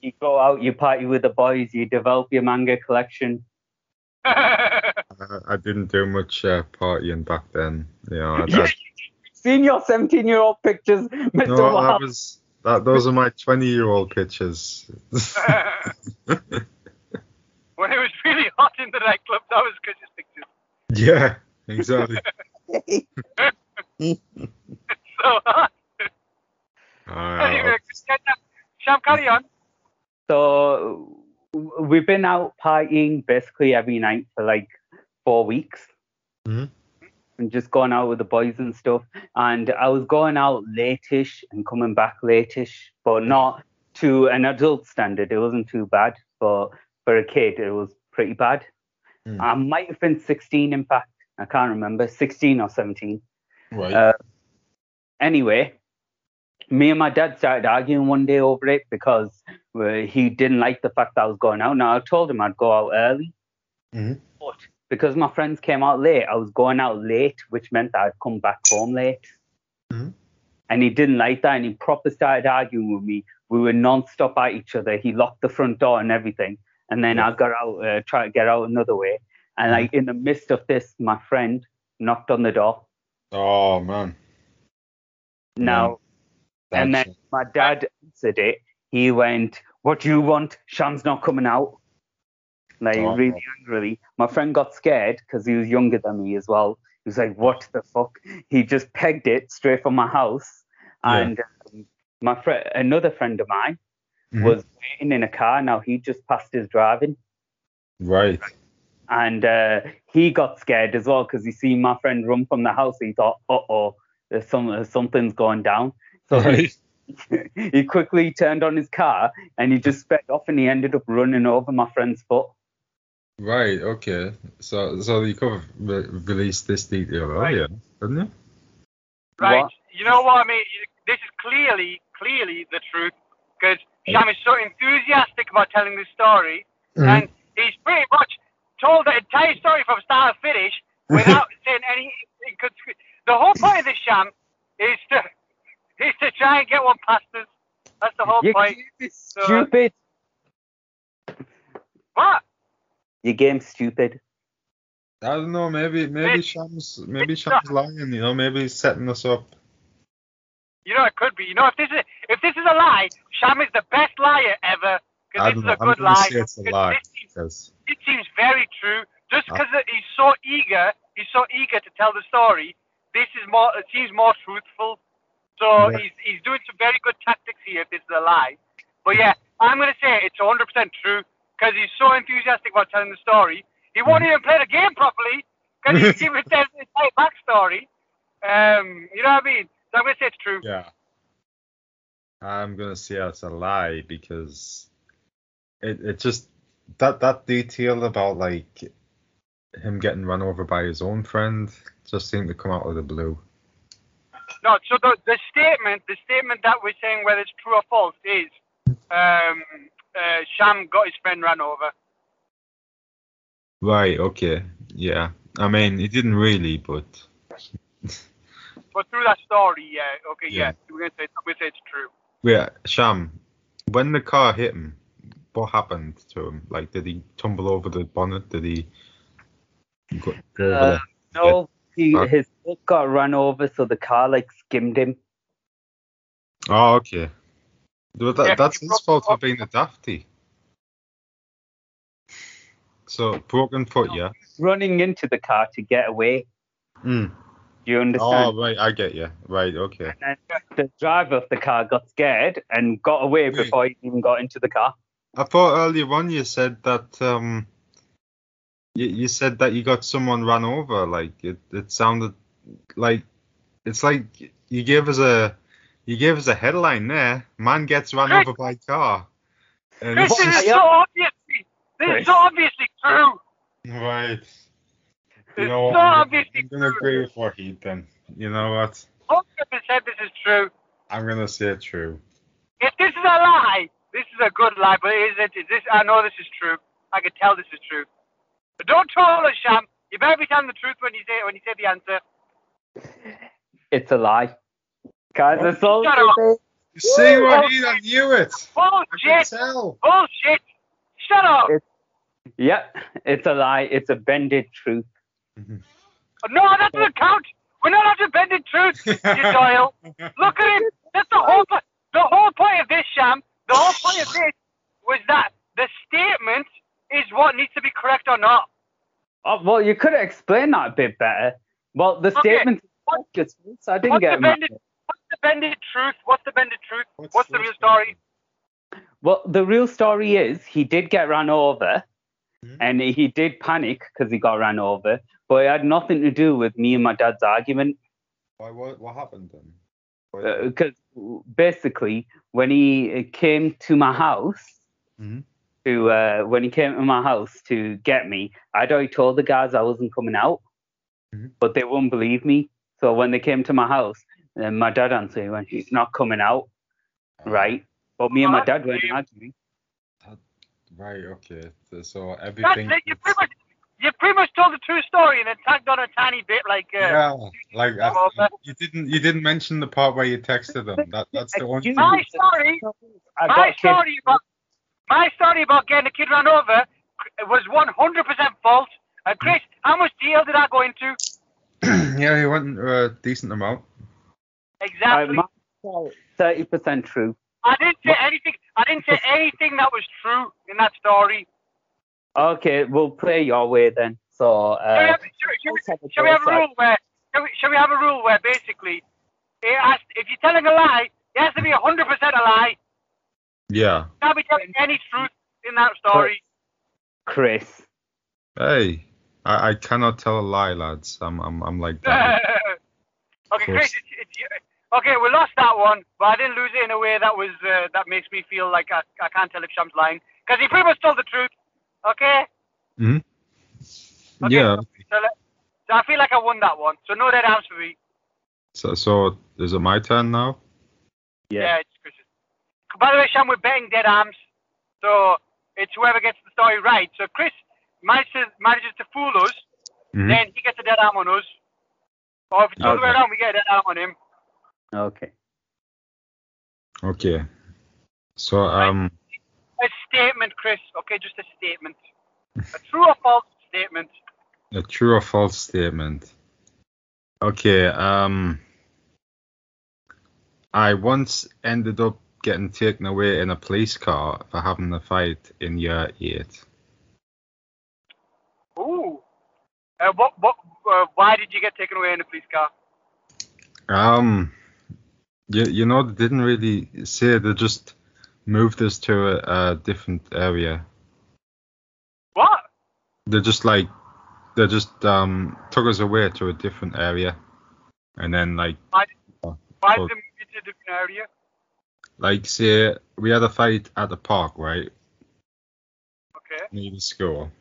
You go out, you party with the boys, you develop your manga collection. Uh, I didn't do much uh, partying back then. You know, I, Yeah, I, Seen your 17 year old pictures, Mr. no, Wahab. that was that. Those are my twenty-year-old pictures. when it was really hot in the nightclub, that was Chris's pictures. yeah, exactly. So uh, Uh, anyway, Chris, get that- Sham, carry on. So w- we've been out partying basically every night for like four weeks. Mhm. And just going out with the boys and stuff. And I was going out late-ish and coming back late-ish, but not to an adult standard. It wasn't too bad. But for a kid, it was pretty bad. Mm. I might have been 16, in fact. I can't remember. 16 or 17 right. uh, anyway, me and my dad started arguing one day over it because uh, he didn't like the fact that I was going out. Now I told him I'd go out early, Mhm. but because my friends came out late, I was going out late, which meant that I'd come back home late. Mhm. And he didn't like that, and he proper started arguing with me. We were non-stop at each other. He locked the front door and everything, and then I got out, uh, tried to get out another way. And like in the midst of this, my friend knocked on the door. oh man. Now And That's- then my dad answered it. He went, What do you want? Sham's not coming out. Like, Oh. really angrily. My friend got scared because he was younger than me as well. He was like, What the fuck? He just pegged it straight from my house. Yeah. And um, my friend, another friend of mine, Mhm. was waiting in a car. Now he just passed his driving. right. And uh, he got scared as well because he seen my friend run from the house. He thought, uh oh, there's some, something's going down. So he, Right. he quickly turned on his car and he just sped off and he ended up running over my friend's foot. Right. Okay. So, so you could have re- released this detail earlier, didn't you? Right. What? You know what I mean? This is clearly, clearly the truth because Sham is so enthusiastic about telling this story, Mm-hmm. and he's pretty much told the entire story from start to finish without saying any. The whole point of this Sham is to is to try and get one past us. That's the whole You point. game is so- stupid. What? Your game's stupid. I don't know. Maybe, maybe It- Sham's, maybe Sham's lying. You know, maybe he's setting us up. You know, it could be. You know, if this is if this is a lie, Sham is the best liar ever. I Because this don't is know. a I'm good gonna lie. say it's a 'cause lie. this is- Because it seems very true. Just because he's so eager, he's so eager to tell the story. This is more. It seems more truthful. So Right. he's he's doing some very good tactics here. If this is a lie, but yeah, I'm gonna say it's 100 percent true because he's so enthusiastic about telling the story. He won't even play the game properly because he's giving us the entire backstory. Um, you know what I mean? So I'm gonna say it's true. yeah, I'm gonna say it's a lie because it, it just that that detail about like him getting run over by his own friend just seemed to come out of the blue. No, so the, the statement, the statement that we're saying whether it's true or false is, um, uh, Sham got his friend run over. Right. Okay. Yeah. I mean, he didn't really, but But through that story, yeah, okay, yeah, Yeah. we're gonna say we say it's true. yeah. Sham, when the car hit him, what happened to him? Like, did he tumble over the bonnet? Did he go, go over Uh, the- No, he, Uh. his foot got run over, so the car like skimmed him. Oh, okay. Well, that, Yeah, that's he his fault broke- for being a dafty. So broken foot, yeah. Running into the car to get away. Mm. Do you understand? Oh, right, I get you. Right, okay. The driver of the car got scared and got away Wait. before he even got into the car. I thought earlier on you said that um, you, you said that you got someone run over. Like it, it sounded like it's like you gave us a you gave us a headline there. Man gets run over by car. And This it's What? is just, so obviously, this is so obviously true. right. You It's know what? I'm, so gonna- obviously I'm gonna true. agree with Wahid then. You know what? Hundred percent, this is true. I'm gonna say it true. If this is a lie, this is a good lie, but it isn't. It, this I know this is true. I can tell this is true. But don't troll us, Sham. You better be telling the truth when you say when you say the answer. It's a lie. Guys, Oh, it's all shut up. You see, Woo! Raheem, I knew it. I can Bullshit! tell. Bullshit! Shut up! It's- Yeah, it's a lie. It's a bended truth. No, that doesn't count. We're not allowed to bend in truth, you Doyle. Look at it. That's the whole point. The whole point of this, Sham. The whole point of this was that the statement is what needs to be correct or not. Oh, well, you could have explained that a bit better. Well, the Okay. statement is false. I didn't What's get the it. bended? What's the bended truth? What's the bended truth? What's, the real story? Well, the real story is he did get run over Mhm. and he did panic because he got run over, but it had nothing to do with me and my dad's argument. Why, what, what happened then? Why- Because Uh, basically, when he uh, came to my house, Mhm. to uh, when he came to my house to get me, I'd already told the guys I wasn't coming out, Mhm. but they wouldn't believe me. So when they came to my house, then my dad answered, he went, He's not coming out, Uh, Oh. right? But me and my dad weren't arguing. Right, okay. So- So That's everything. it. You pretty much, you pretty much told the true story and then tagged on a tiny bit, like uh, Yeah, like Well, I, you didn't you didn't mention the part where you texted them. That that's the only. Excuse thing. My story- I got my kicked. story about my story about getting a kid run over was 100% false. Mm. And Chris, how much detail did I go into? yeah, you went into a decent amount. I- Exactly. Uh, my story, 30% true. I didn't say anything. I didn't say anything that was true in that story. Okay, we'll play your way then. So, Shall we uh, have, shall- shall we- let's have a shall we have go, a rule where? Shall we, shall we have a rule where basically, it has, if you're telling a lie, it has to be 100% a lie. Yeah. Can't be telling any truth in that story. Chris. Hey, I, I cannot tell a lie, lads. I'm I'm I'm like that. okay, Chris. course. It's, it's, you- okay, we lost that one, but I didn't lose it in a way that was uh, that makes me feel like I, I can't tell if Sham's lying because he pretty much told the truth. Okay, okay. Yeah. so, let, so I feel like I won that one. So no dead arms for me. So so is it my turn now? Yeah, it's Chris's. By the way, Sham, we're betting dead arms, so it's whoever gets the story right. So Chris manages manages to fool us, Mhm. then he gets a dead arm on us. Or if it's the other way Okay. around, we get a dead arm on him. Okay. Okay. So um a statement, Chris. Okay, just a statement. A true or false statement. a true or false statement. Okay. Um. I once ended up getting taken away in a police car for having a fight in year eight. Ooh. Uh, what? What? Uh, why did you get taken away in a police car? Um, you, you know, they didn't really say they just moved us to a, a different area. What? They just like they just um took us away to a different area, and then like Why Oh. did they move you to a different area? like say we had a fight at the park right Okay. near the school,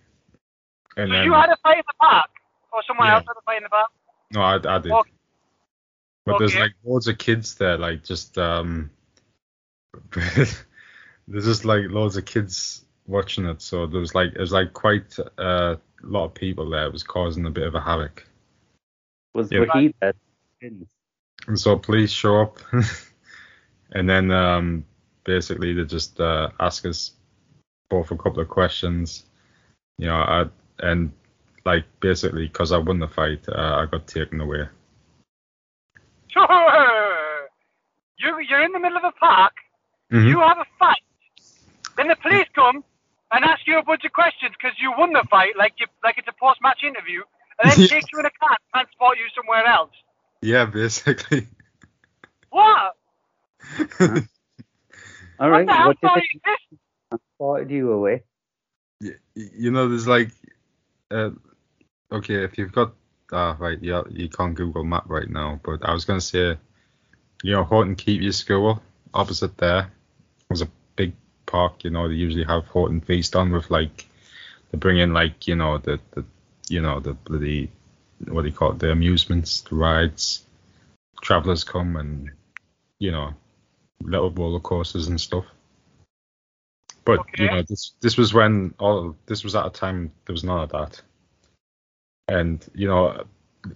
and So then you had a fight in the park, or someone Yeah. else had a fight in the park? no, I, I did. Okay. But there's Okay. like loads of kids there, like just um, there's just like loads of kids watching it. So there was like it was like quite uh, a lot of people there. It was causing a bit of a havoc. Was Yeah. Wahid there? And so police show up, and then um, basically they just uh, ask us both a couple of questions. You know, I, and like basically because I won the fight, uh, I got taken away. Sure. You you're in the middle of a park. Mhm. You have a fight. Then the police come and ask you a bunch of questions because you won the fight, like you like it's a post-match interview, and then Yeah. take you in a car and transport you somewhere else. Yeah, basically. What? All What right. the hell What did story they is this? transported you away? y- you know, there's like, uh, okay, if you've got, ah, right, yeah, you can't Google Map right now, but I was gonna say, you know, Horton Keep Your School opposite there was a big park. You know, they usually have Horton Feast on with like, they bring in like, you know, the the, you know, the bloody, what do you call it, the amusements, the rides, travelers come and, you know, little roller coasters and stuff. But you Okay. know, this this was when all this was at a time there was none of that. and you know,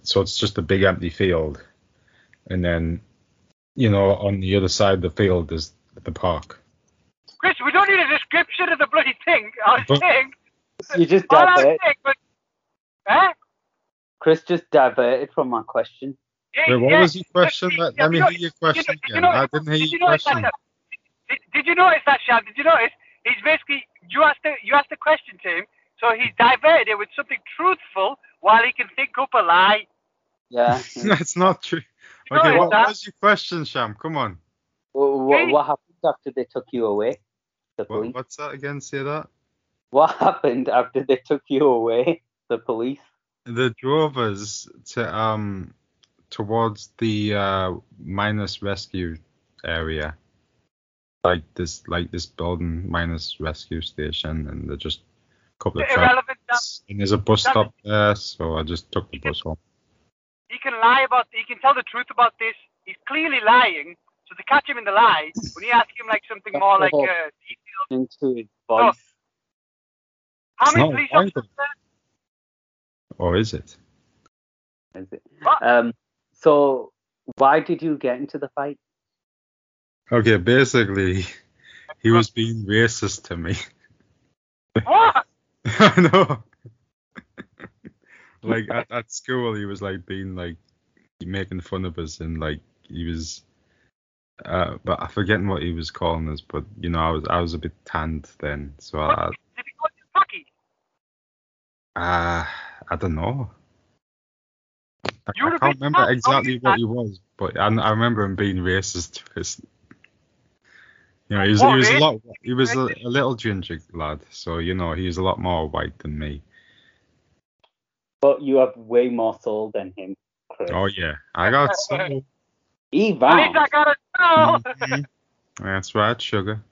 so it's just a big empty field, and then, you know, on the other side of the field is the park. Chris, we don't need a description of the bloody thing. I was But- saying, You just all I was diverted. saying, but, huh? Chris just diverted from my question. Yeah, Wait, what yeah. was your question? Did- Let, yeah, let me you hear know- your did question you again. know- I didn't hear did you your notice that, question. Shab? Did, did you notice that, Shab? Did you notice? He's basically you asked the, you asked the question to him, so he's diverted it with something truthful while he can think up a lie. Yeah. That's not true. You Okay, notice what that? was your question, Sham? Come on. what, Me? what, what happened after they took you away? The What, police. What, what's that again? Say that. happened after they took you away? The police. The drove us to um towards the uh minus rescue area. Like this like this building minus rescue station and they're just a couple of The trucks. irrelevant uh, that And there's a bus that- stop there, so I just took the bus home. he can lie about he can tell the truth about this. He's clearly lying, so they catch him in the lie. When you ask him like something more like uh, detailed, Into his Oh. voice. how It's many not police lying. officers? Or Oh, is it? Is it? What? Um. So why did you get into the fight? Okay, basically he was being racist to me. What? I know. like at, at school, he was like being like making fun of us, and like he was, uh, but I'm forgetting what he was calling us. But you know, I was I was a bit tanned then, so I Did he go to the hockey? uh, I don't know. I, You were I a can't bit remember tanned, exactly obviously. what he was, but I, I remember him being racist to us. You know, he was, What, he was a really? lot he was a, a little ginger lad, so you know he was a lot more white than me. But you have way more soul than him, Chris. Oh yeah, I got some. At least Evan. I got it. No. Mhm. That's right, sugar.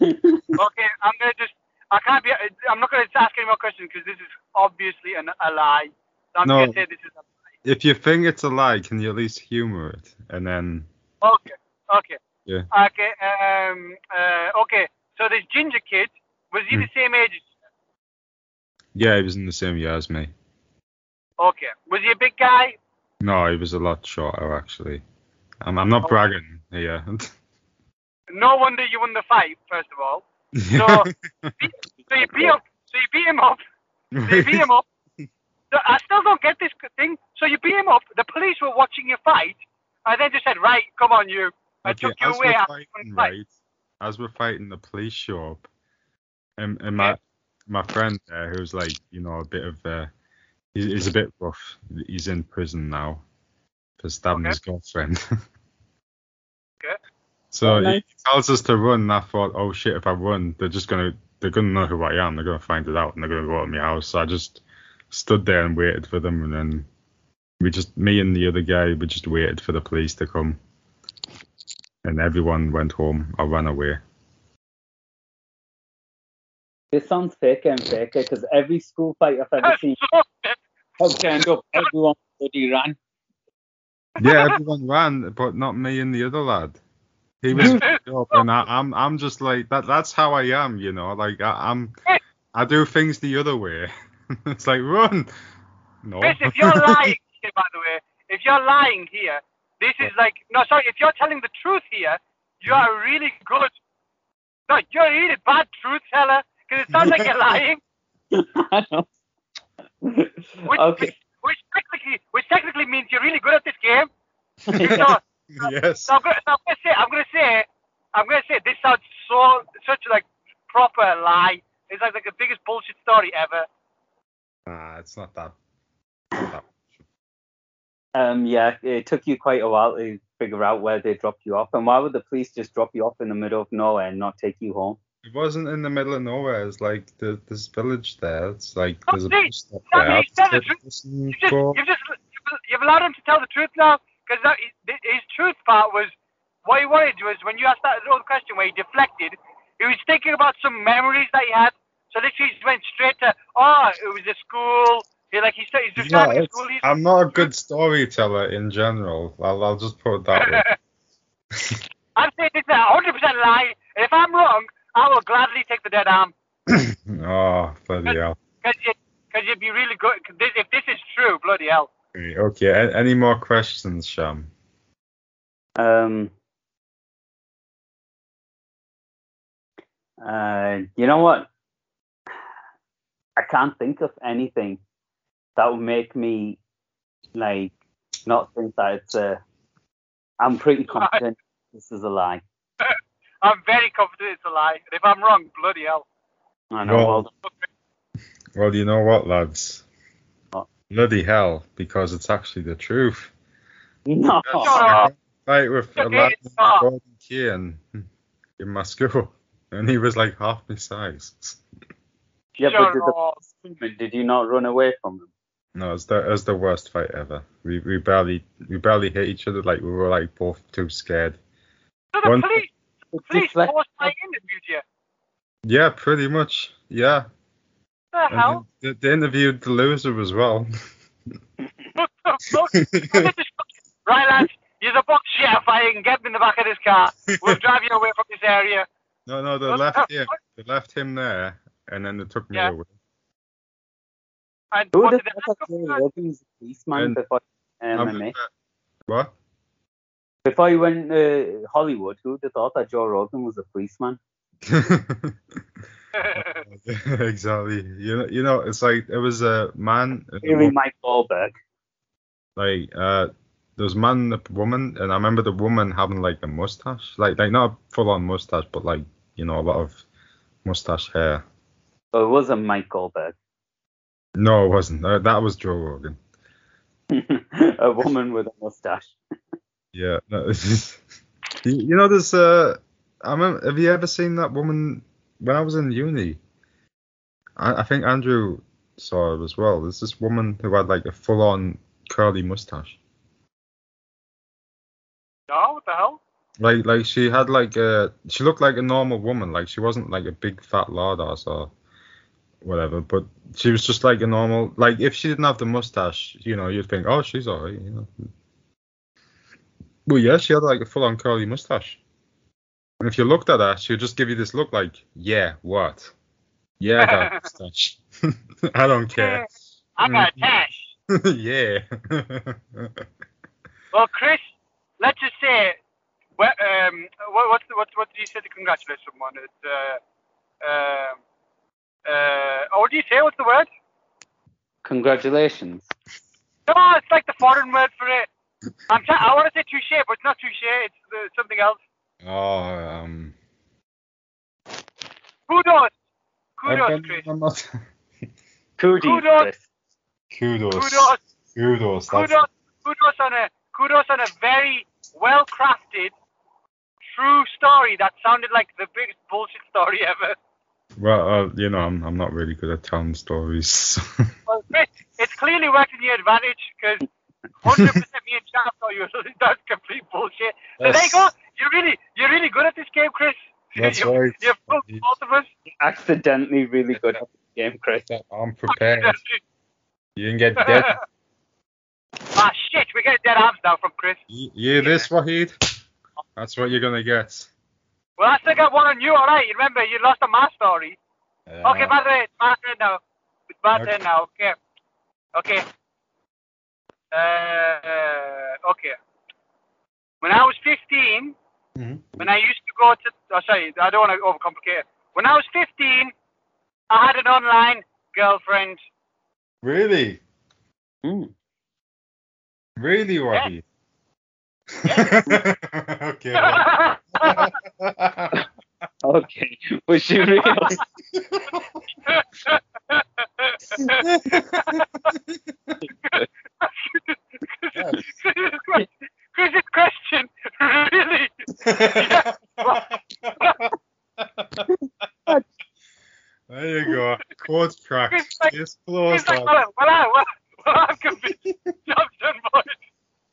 Mm. Okay, I'm gonna just. I can't be. I'm not gonna ask any more questions because this is obviously an, a lie. So I'm No. gonna say this is. A, If you think it's a lie, can you at least humor it? And then okay. Okay. Yeah. Okay. Um. Uh, okay. So this ginger kid was he Hmm. the same age? as you? yeah, he was in the same year as me. Okay. Was he a big guy? No, he was a lot shorter actually. I'm, I'm not bragging here. No wonder you won the fight. First of all. So, so you beat up. So you beat him up. So you beat him up. So I still don't get this thing. So you beat him up. The police were watching you fight. I then just said, right, come on, you. I Okay, took you as away. we're I fighting, couldn't fight. right? As we're fighting, the police show up, and, and my my friend there, who's like, you know, a bit of, uh, he's, he's a bit rough. He's in prison now for stabbing Okay. his girlfriend. Okay. So Oh, he tells us to run. And I thought, oh shit, if I run, they're just gonna they're gonna know who I am. They're gonna find it out, and they're gonna go to my house. So I just stood there and waited for them, and then we just me and the other guy we just waited for the police to come and everyone went home or ran away. This sounds fake and fake because every school fight I've ever seen So- has turned up, everyone bloody ran. Yeah, everyone ran, but not me and the other lad. He was fucked up, and I, I'm I'm just like that. That's how I am, you know. Like I, I'm, I do things the other way. it's like run. No. Chris, if you're Oh. lying here, by the way, if you're lying here, this is like no, sorry, if you're telling the truth here, you are really good. No, you're a really bad truth teller because it sounds like you're lying, I know. okay. which technically, which technically means you're really good at this game. So, yeah. yes. so I'm, gonna, so I'm gonna say, I'm gonna say, I'm gonna say, this sounds so such like proper lie. It's like, like the biggest bullshit story ever. Nah, it's not that. not that. Um, yeah, it took you quite a while to figure out where they dropped you off. And why would the police just drop you off in the middle of nowhere and not take you home? It wasn't in the middle of nowhere. It's like the, this village there. It's like there's a Okay, bus stop that there. makes sense. Listen, You just, go. you've just, you've- you've allowed him to tell the truth now, because his truth part was what he wanted was when you asked that little question where he deflected, he was thinking about some memories that he had. So literally just went straight to, oh, it was a school. He like he's, he's Yeah, describing a it's- school. He's, I'm not a good storyteller in general. I'll, I'll just put it that way. I'm saying this is a hundred percent lie. And if I'm wrong, I will gladly take the dead arm Oh, bloody hell. because you, because you'd be really good. 'cause this- if this is true. Bloody hell. Okay, okay. a- Any more questions, Sham? Um, uh, you know what? I can't think of anything that would make me like not think that it's a. I'm pretty confident this is a lie. I'm very confident it's a lie. And if I'm wrong, bloody hell. I know. Well, Well, you know what, lads? What? Bloody hell, because it's actually the truth. no. Shut Right, with a Okay, lad named stop. Gordon Keane in my school, and he was like half my size. Yeah, but Shut did, the up. policeman- did you not run away from him? No, it's the it's the worst fight ever. We we barely we barely hit each other. Like we were like both too scared. So the One- police, It's police just like- forced my interviewed you. Yeah, pretty much. Yeah. The And hell? They, they interviewed the loser as well. What the fuck? Look at this fucking- right, lads. You're the box shit if I can get in the back of this car. We'll drive you away from this area. No, no, they What left the him. fuck? They left him there, and then they took me Yeah. away. And Who what the did they fuck ask was him? working as a policeman And- before I'm- uh, MMA? What? Before he went to Hollywood, who would have thought that Joe Rogan was a policeman? exactly. You know, you know, it's like there was a man, and a Really, woman, Mike Wahlberg. like uh, there was a man, and a woman, and I remember the woman having like a mustache, like like not a full on mustache, but like you know a lot of mustache hair. So Oh, it wasn't Mike Wahlberg. No, it wasn't. Uh, that was Joe Rogan. a woman with a mustache. Yeah. No, this is- you, you know, there's uh, I remember, have you ever seen that woman when I was in uni? I, I think Andrew saw it as well. There's this woman who had like a full on curly mustache. No, what the hell? Like like she had like a she looked like a normal woman. Like she wasn't like a big fat lard ass or whatever, but she was just like a normal like if she didn't have the mustache, you know, you'd think, Oh, she's alright, you know. Well yeah, she had like a full on curly mustache. And if you looked at her, she'd just give you this look like, Yeah, what? Yeah, I got a mustache. I don't care. I got a tash. yeah. Well, Chris, let's just say, well, um, what, what, what, what do you say to congratulate someone? It's, uh, um, uh, oh, what do you say? What's the word? Congratulations. No, it's like the foreign word for it. I'm try- I want to say touche, but it's not touche. It's uh, something else. oh um Kudos. I've Kudos, Chris. been- I'm not- Kudos, Kudos. Chris. Kudos. Kudos. Kudos. That's, kudos, kudos on a kudos on a very well crafted, true story that sounded like the biggest bullshit story ever. well, uh, you know, I'm, I'm not really good at telling stories. Well, Chris, it's clearly worked in your advantage because 100% me and Jack thought you were- that's complete bullshit. So there you That's- go. You're really you're really good at this game, Chris. That's you, right. You fooled Indeed. both of us. Accidentally really good at the game, Chris. I'm prepared. You can get dead. ah shit, we get dead abs now from Chris. You hear this, Wahid? That's what you're gonna get. Well, I still got one on you, alright. Remember, you lost on my story. Uh, okay, by the way, it's my turn now. It's my Okay. turn now. Okay. Okay. Uh, okay. When I was 15, Mhm. when I used to go to, oh, sorry, I don't want to overcomplicate. it. When I was 15, I had an online girlfriend. Really, Hmm. Mm. really, Wahid. okay. well. Okay. Was she real? Crazy question, really? there you go. Chord crack. It's like- It's He's closed. like, well, I, well, I, well, well, I'm convinced. Job done, boys.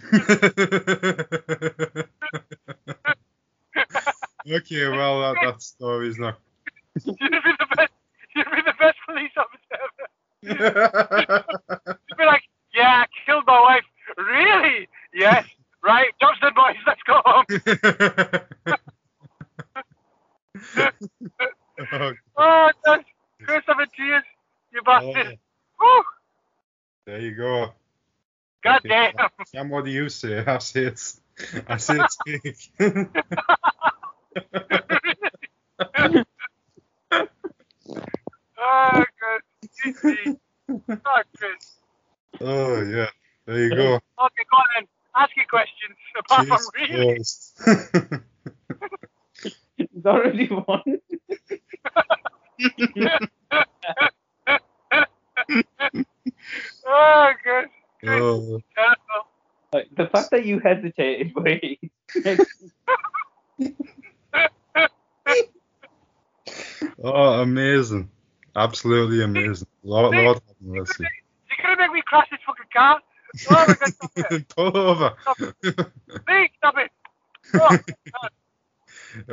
okay, well that, that story's not. You'd be the best. You'd be the best police officer ever. You'd be like, yeah, I killed my wife. Really? Yes. Right. Job's done, boys. Let's go home. Oh, Oh, God. Chris, I'm in tears. You bastard. oh. Woo. There you go. God damn. Sam, what do you say? I say it's. I say it's big. Oh, good. GG. Oh, Chris. oh yeah. There you go. Okay, go on then. Ask your questions. Apart from Jesus Oh, really. Christ. He's already won. Oh, good. Good. oh. Careful. Like, the fact that you hesitated, wait. oh, amazing. Absolutely amazing. Lord, Lord have mercy. You could have made me crash this fucking car. Oh, my God. Stop it. Pull over. Please, stop it. Oh.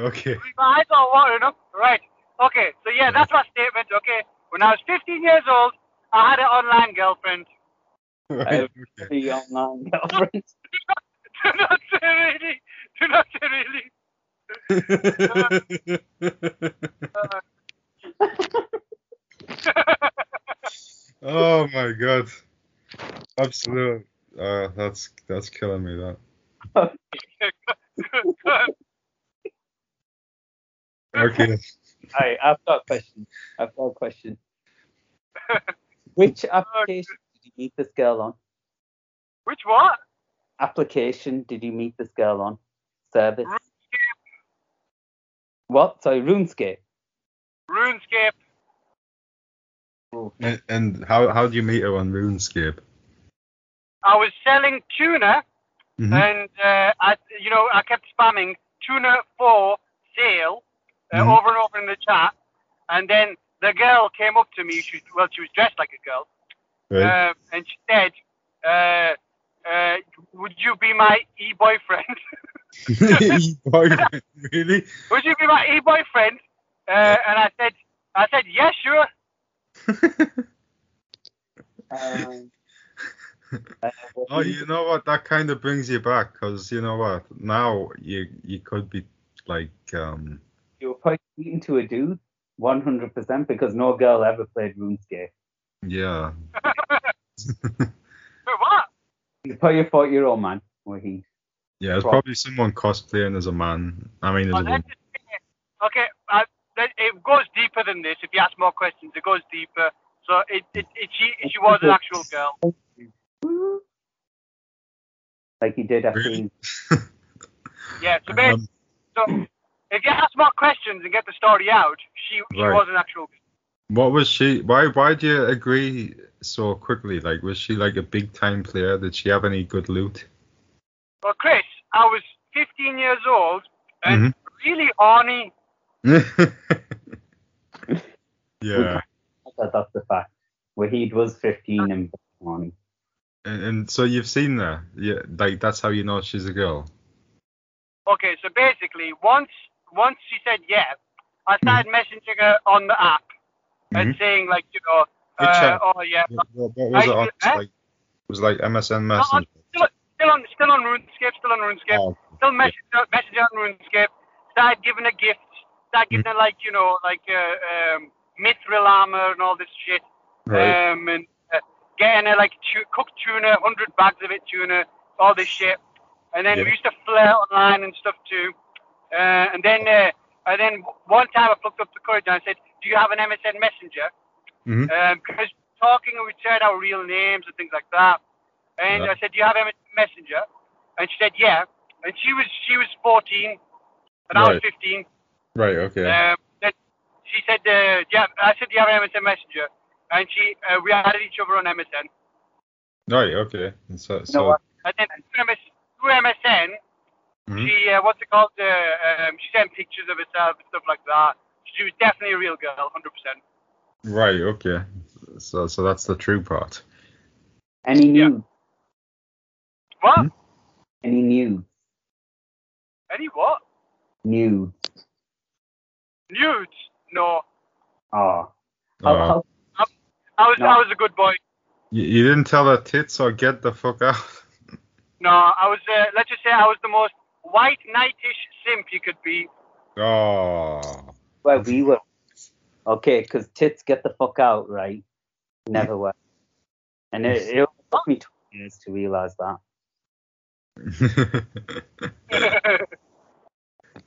okay. I thought water enough. Right. Okay. So yeah, that's my statement. Okay. When I was 15 years old, I had an online girlfriend. Right, okay. The online girlfriend. do not say really. Do not say really. oh my god. Absolute. Uh, that's that's killing me. That. Okay. Alright, I've got a question. I've got a question. Which application did you meet this girl on? Which what? Application did you meet this girl on? Service. What? Sorry, RuneScape. RuneScape. And, and how how do you meet her on RuneScape? I was selling tuna, Mhm. and uh, I, you know, I kept spamming tuna for sale uh, Mhm. over and over in the chat, and then the girl came up to me. She was, well, she was dressed like a girl, Right. Um, and she said, uh, uh, "Would you be my e-boyfriend? Boyfriend, really? Would you be my e-boyfriend?" Uh, and I said, "I said yes, sure." Um, uh, what Oh, do you know what? That kind of brings you back because you know what? Now you you could be like um you were quite beaten to a dude, 100%, because no girl ever played RuneScape. yeah. But what? You're probably a 40 year old man, or he. Yeah, it's Right. probably someone cosplaying as a man. I mean, as Oh, a that's woman. just- okay, I, that, it goes deeper than this. If you ask more questions, it goes deeper. So it, it, it she she was an actual girl. Like he did after Really? he. Yeah. So, basically, Um, so if you ask more questions and get the story out, she she Right. was an actual. girl. what was she? Why why do you agree so quickly? Like, was she like a big time player? Did she have any good loot? Well, Chris, I was 15 years old and Mm-hmm. really horny. yeah, I thought that's the fact. Wahid was 15 and on. and, and so you've seen her. Yeah, like that's how you know she's a girl. Okay, so basically, once once she said yeah, I Mm-hmm. started messaging her on the app and saying like, you know, Good uh, chat. oh yeah, What, what was it on? I- Like, was it like MSN I- Messenger. still on still on RuneScape, still on RuneScape, Oh, still messaging her, messaging her on RuneScape. Started giving her gifts, started giving Mm-hmm. her like you know like uh, um, mithril armor and all this shit, right. um, and uh, getting her like tu- cooked tuna, hundred bags of it tuna, all this shit. And then Yeah. we used to flirt online and stuff too. Uh, and then uh, and then one time I plucked up the courage and I said, "Do you have an MSN Messenger?" Mhm. Um, because talking and we said our real names and things like that. And Yeah. I said, "Do you have MSN Messenger?" And she said, "Yeah." And she was she was 14, and I was Right. 15. Right. Okay. Um, that she said, uh, yeah, I said, do you have an MSN Messenger? And she, uh, we added each other on MSN. right. Okay. And so, so what? And then through, MS, through MSN, Mhm. she, uh, what's it called? Uh, um, she sent pictures of herself and stuff like that. She was definitely a real girl, 100%. right. Okay. So so that's the true part. Any Yeah. nudes? What? Hmm? Any nudes? Any what? Nudes. Nudes? No. Oh. How, Uh, how, I was, No. I was a good boy. you, you didn't tell her tits or get the fuck out. No, I was, uh, let's just say I was the most white knightish simp you could be. Oh. where we were. Okay, because tits get the fuck out, right? Never were. And it, it took me 20 years to realize that.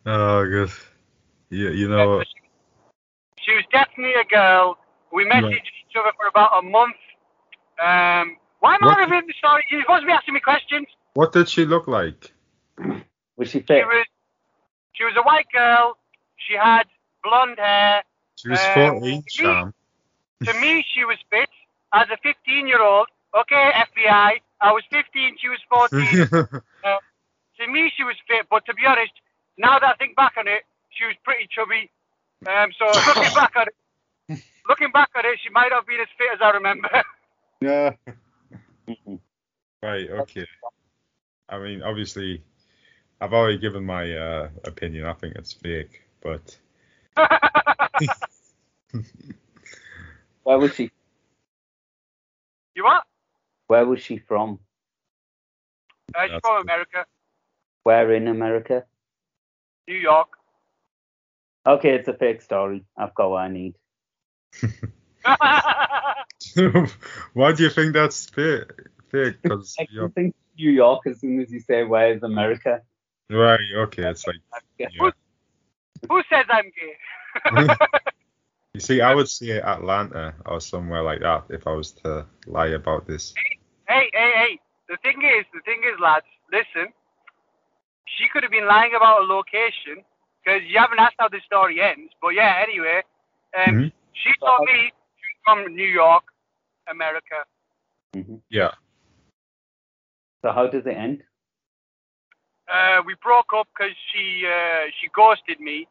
oh, good. You, you know, She was definitely a girl. We messaged each other for about a month. Um, why am What- I reviewing the story? You're supposed to be asking me questions. what did she look like? Was she She fit? was, she was a white girl. She had blonde hair. She was Uh, 14, she- Sam. To me, she was fit as a 15-year-old. Okay, FBI. I was 15. She was 14. to me, she was fit, but to be honest, now that I think back on it, she was pretty chubby. Um, so looking back on it, looking back on it, she might not have been as fit as I remember. yeah. Mhm. Right, okay. I mean, obviously, I've already given my uh, opinion. I think it's fake, but Where was she? you what? Where was she from? Uh, she's That's from good. America, Where in America? New York. Okay, it's a fake story. I've got what I need. why do you think that's fake? Fake? Because I can think New York as soon as you say where is America. right, okay, it's like yeah. Who says I'm gay? you see, I would say Atlanta or somewhere like that if I was to lie about this. Hey, hey, hey. The thing is, the thing is, lads, listen. She could have been lying about a location because you haven't asked how the story ends. But yeah, anyway, um, Mhm. she told me she was from New York, America. Yeah, So how does it end? uh, we broke up because she uh, she ghosted me,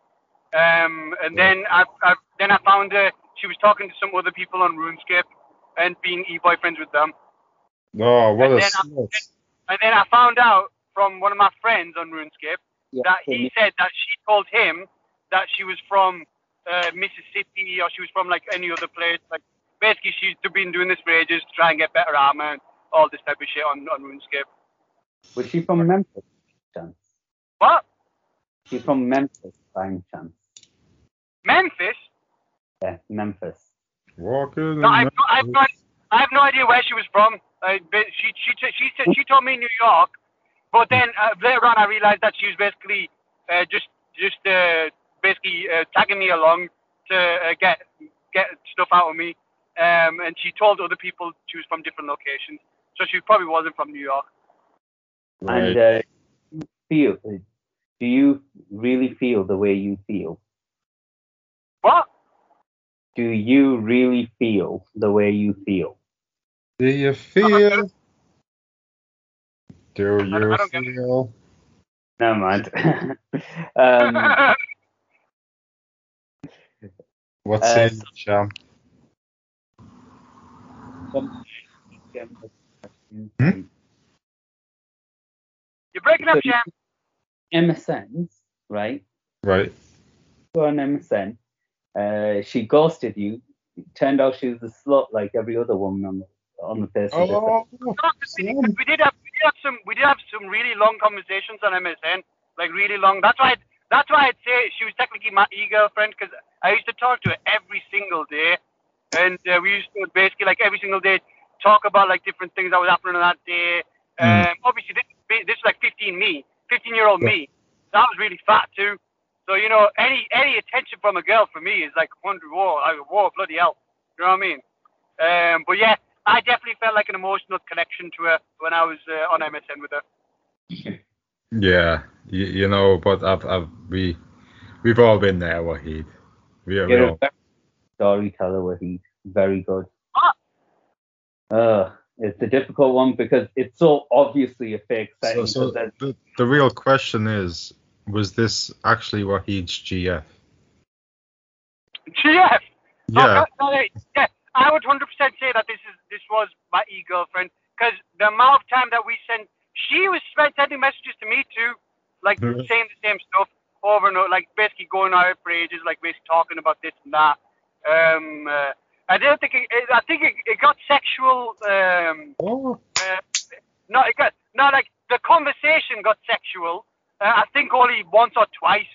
um, and then I, I then I found her. She was talking to some other people on RuneScape and being e-boyfriends with them. oh, what a And then I- slut. And then I found out from one of my friends on RuneScape Yeah, that so he said that she told him that she was from uh, Mississippi or she was from like any other place. Like basically, she's been doing this for ages to try and get better armor and all this type of shit on on RuneScape. Was she from Memphis? by Chance. What? She's from Memphis by any chance. Memphis? Yeah, Memphis. Walking No, I've, no- I've, got, I have no idea where she was from. Uh, but she, she, t- she, said she told me New York, but then uh, later on I realized that she was basically uh, just just uh, basically uh, tagging me along to uh, get get stuff out of me. Um, and she told other people she was from different locations, so she probably wasn't from New York. And Right. uh, you feel, do you really feel the way you feel? What? Do you really feel the way you feel? Do you feel? Do Uh, I you don't get it. feel? Never mind. um, What's Uh, it, Sham? Hmm? You're breaking up, Good. Jam. MSNs, right? Right. you on MSN. Uh, she ghosted you. It turned out she was a slut like every other woman on the on the face of the Oh, No, 'cause we, 'cause we did have we did have some we did have some really long conversations on MSN, like really long. That's why that's why I'd say she was technically my e-girlfriend because I used to talk to her every single day, and uh, we used to basically like every single day talk about like different things that was happening on that day. Mm. Um, obviously this is bi- this is like 15 me, 15 year old me. That was really fat too. So you know any any attention from a girl for me is like wonder war, like war bloody hell. You know what I mean? Um, but yeah, I definitely felt like an emotional connection to her when I was uh, on MSN with her. yeah. You, you know, but I've, I've, we, we've all been there, Wahid. We are You're a all. very storyteller, Wahid. Very good. Ah. Uh, it's a difficult one because it's so obviously a fake So, setting. so 'cause there's- the, the real question is, was this actually Wahid's GF? Oh, GF. Yeah. Oh, no, no, yeah. I would 100% say that this is this was my e-girlfriend because the amount of time that we sent, she was sp- sending messages to me too, like Mhm. saying the same stuff over and over, like basically going out for ages, like basically talking about this and that. Um, uh, I don't think it, it- I think it, it got sexual. Um, Oh, uh, no, it got no like the conversation got sexual. Uh, I think only once or twice,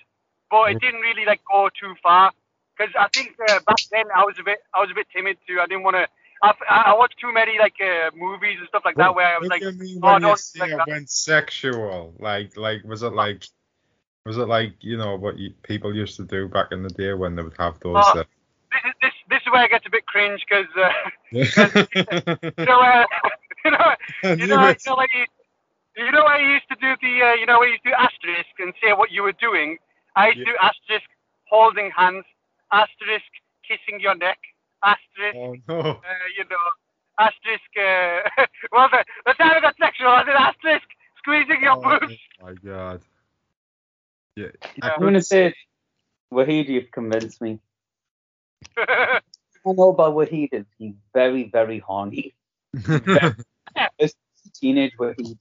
but it didn't really like go too far because I think uh, back then I was a bit I was a bit timid too. I didn't want to I've, I I watched too many like uh, movies and stuff like that where I was Look like, at me oh, when you don't say like I that. went sexual. Like, like, was it like, was it like, you know, what you, people used to do back in the day when they would have those? Oh, uh, this is this this is where it gets a bit cringe because uh, you I know where you know you know, knew you it. know, when you, you know, I used to do the, uh, you know, I used to do asterisk and say what you were doing. I used to do asterisk holding hands, asterisk kissing your neck, asterisk, Oh no! uh, you know, asterisk. Uh, well, the, the time I got sexual, I did asterisk squeezing your Oh boobs. my god! Yeah, I Yeah. I'm gonna couldn't- say Wahid, you've convinced me. I know about Wahid is he's very, very horny. It's teenage Wahid.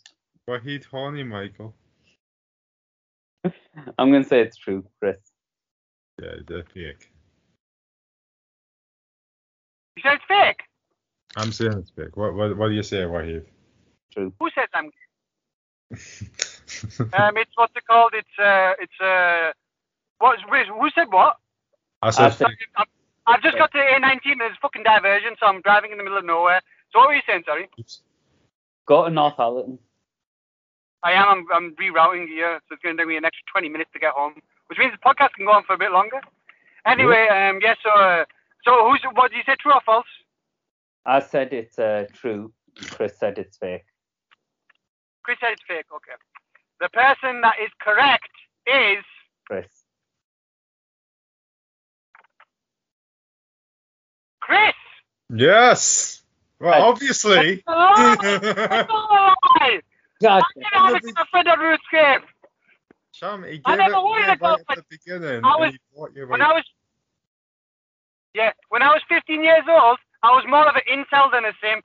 But he's horny, Michael. I'm gonna say it's true, Chris. Yeah, the fake. you said it's fake. I'm saying it's fake. What, what, what do you say, Wahid? True. Who says I'm? Um, it's what's it called? It's uh, it's uh, what? Who who said what? I said I said- fake. I've, I've just got to A19 and it's fucking diversion, so I'm driving in the middle of nowhere. So what were you saying? Sorry, Oops. Go to Northallerton. I am. I'm, I'm rerouting here, so it's going to take me an extra 20 minutes to get home, which means the podcast can go on for a bit longer. Anyway, um, yes. so, uh, so who's what? Did you say true or false? I said it's uh, true. Chris said it's fake. Chris said it's fake. Okay. The person that is correct is Chris. Chris. Yes. Well, obviously. Oh, oh, I God, didn't have a girlfriend on RuneScape. Chum, he gave I never it wanted away a right at girlfriend. the beginning. I and was- he bought you When right- I was yeah, when I was 15 years old, I was more of an incel than a simp.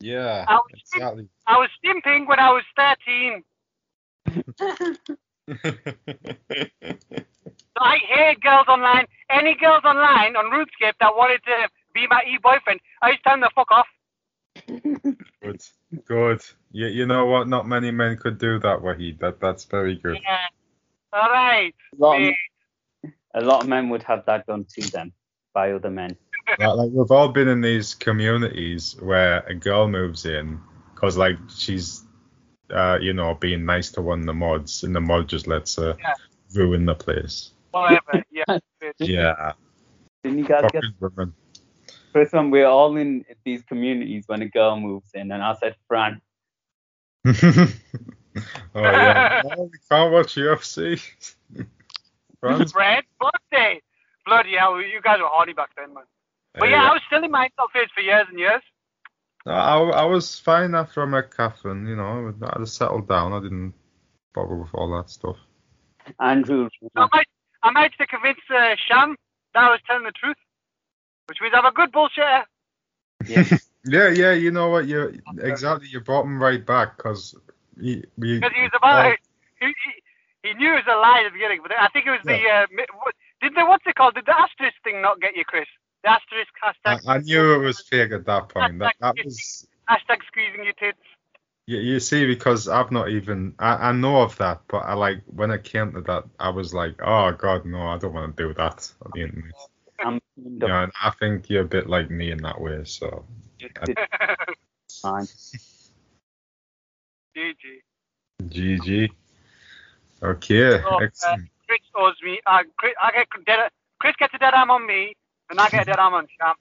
yeah, I was, simp- exactly. I was simping when I was 13. So I hate girls online. Any girls online on RuneScape that wanted to be my e-boyfriend, I used to tell them to fuck off. good, good. You, you know what? Not many men could do that, Wahid. That that's very good. Yeah. All right. a lot, of, a lot of men would have that done to them by other men. like, like, we've all been in these communities where a girl moves in because like she's uh you know being nice to one of the mods and the mod just lets her Yeah. ruin the place Whatever. Yeah. bitch. yeah Didn't you guys get fucking women. Chris when we're all in these communities when a girl moves in and I said Fran. oh yeah Oh, we can't watch ufc France? Fred, birthday. Bloody hell, you guys were horny back then, man. But yeah, I was still in my incel phase for years and years. No, I, I was fine after I met Catherine, you know. I just settled down. I didn't bother with all that stuff. Andrew I might, I might to convince uh, Sham that I was telling the truth, which means I'm a good bullshitter. yeah. Yeah, yeah, you know what? You exactly. You brought him right back because he, we- Because he was about, he, he, he knew it was a lie at the beginning, but I think it was the, uh, mi- what, did the, what's it called? Did the asterisk thing not get you, Chris? The asterisk I, hashtag, I knew it was fake at that point. That that was hashtag squeezing your tits. you, you see because I've not even I, I know of that, but I like when it came to that, I was like, oh god, no, I don't want to do that on the internet. I'm kind You of know, and I think you're a bit like me in that way. So fine. GG. GG. Okay, Oh, uh, excellent. Chris owes me, uh, Chris, I get dead, Chris gets a dead arm on me, and I get a dead arm on Sham.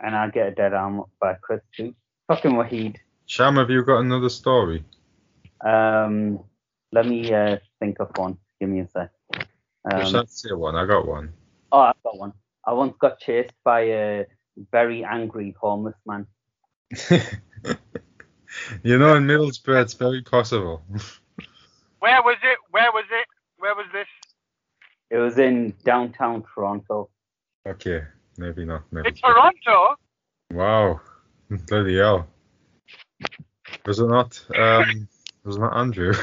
And I get a dead arm by Chris too. Fucking Wahid. Sham, have you got another story? Um let me uh, think of one. Give me a sec. Um, Um, Let's say one. I got one. Oh, I've got one. I once got chased by a very angry homeless man. you know, in Middlesbrough, it's very possible. Where was it? Where was it? Where was this? It was in downtown Toronto. Okay, maybe not. Maybe. In Toronto? Wow, bloody hell! Was it not? Um, was it not Andrew?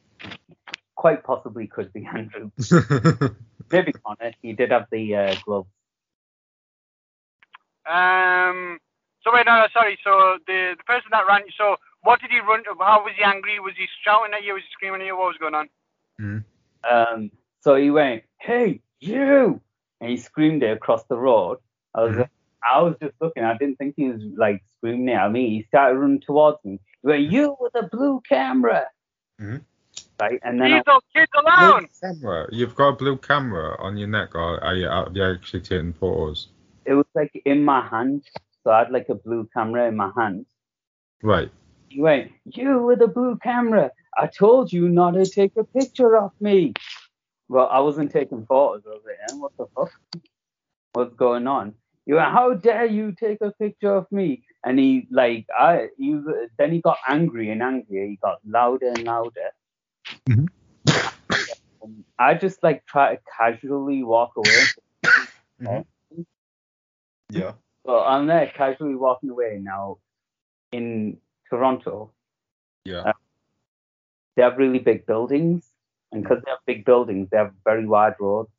Quite possibly could be Andrew. yeah, Maybe Connor. He did have the uh, gloves. Um. So wait, no, no, sorry. So the the person that ran. So what did he run? How was he angry? Was he shouting at you? Was he screaming at you? What was going on? Um, so he went, "Hey, you!" and he screamed it across the road. I was Mhm. like, I was just looking. I didn't think he was like screaming at me. He started running towards me. He went, "You with a blue camera!" Mhm. Right, and then I, Leave those kids alone. Blue camera. You've got a blue camera on your neck, or are you, are you actually taking photos? it was like in my hand, so I had like a blue camera in my hand. Right. He went, "You with a blue camera! I told you not to take a picture of me." Well, I wasn't taking photos. I was like, eh, "What the fuck? What's going on?" He went, "How dare you take a picture of me?" And he like, I he, was- then he got angry and angrier. He got louder and louder. Mhm. Um, I just like try to casually walk away. Yeah. So I'm there casually walking away now in Toronto. Um, Yeah. they have really big buildings, and because they have big buildings, they have very wide roads,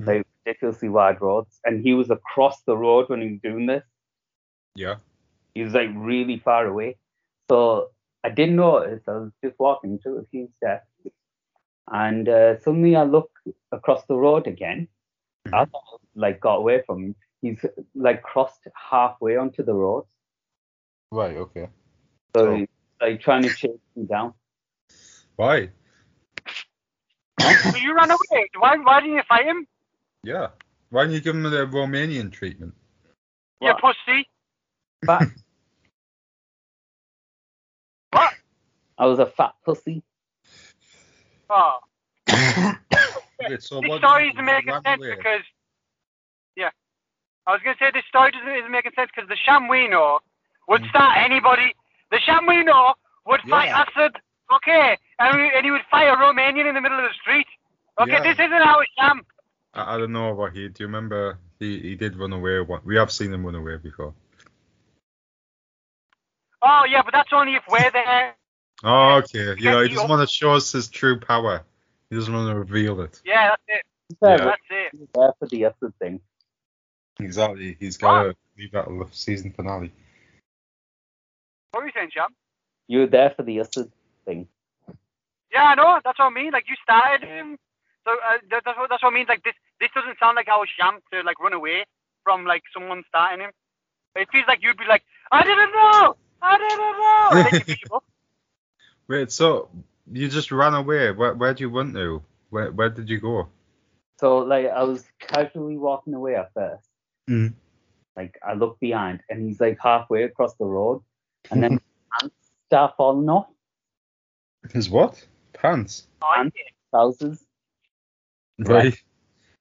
Mhm. like ridiculously wide roads. And he was across the road when he was doing this. Yeah. He was like really far away, so I didn't notice. I was just walking, took a few steps, and uh, suddenly I look across the road again. I thought I, like got away from him. He's like crossed halfway onto the road, Right. Okay. so Oh. he's like trying to chase me down. Why? So you ran away. Why? Why didn't you fight him? Yeah. Why don't you give him the Romanian treatment? You What? pussy. But What? I was a fat pussy. Oh. Wait, so this what- story isn't making what sense way? because, yeah, I was gonna say this story doesn't isn't making sense because the Sham we know would Mhm. start anybody. The Sham we know would fight Yeah. Assad, okay, and, we- and he would fight a Romanian in the middle of the street. Okay, Yeah. this isn't how it's Sham. I, I don't know about he. Do you remember he, he did run away? One, we have seen him run away before. Oh yeah, but that's only if we're there. Oh, okay. Yeah, Yeah, he he doesn't want to show us his true power. He doesn't want to reveal it. Yeah, that's it. Yeah. That's it. There for the other thing. Exactly. He's got to leave that l- season finale. What were you saying, Sham? You were there for the other thing. Yeah, I know. That's what I mean. Like you started him, so uh, that, that's what that's what I mean. Like this, this doesn't sound like how Sham to like run away from like someone starting him. It feels like you'd be like, I didn't know, I didn't know. And then you beat him up. Wait, so you just ran away. Where where would you run to? Where where did you go? So like I was casually walking away at first. Mm. Like I look behind and he's like halfway across the road and then ants start falling off, His what? Pants. Oh, And- yeah. trousers. Right.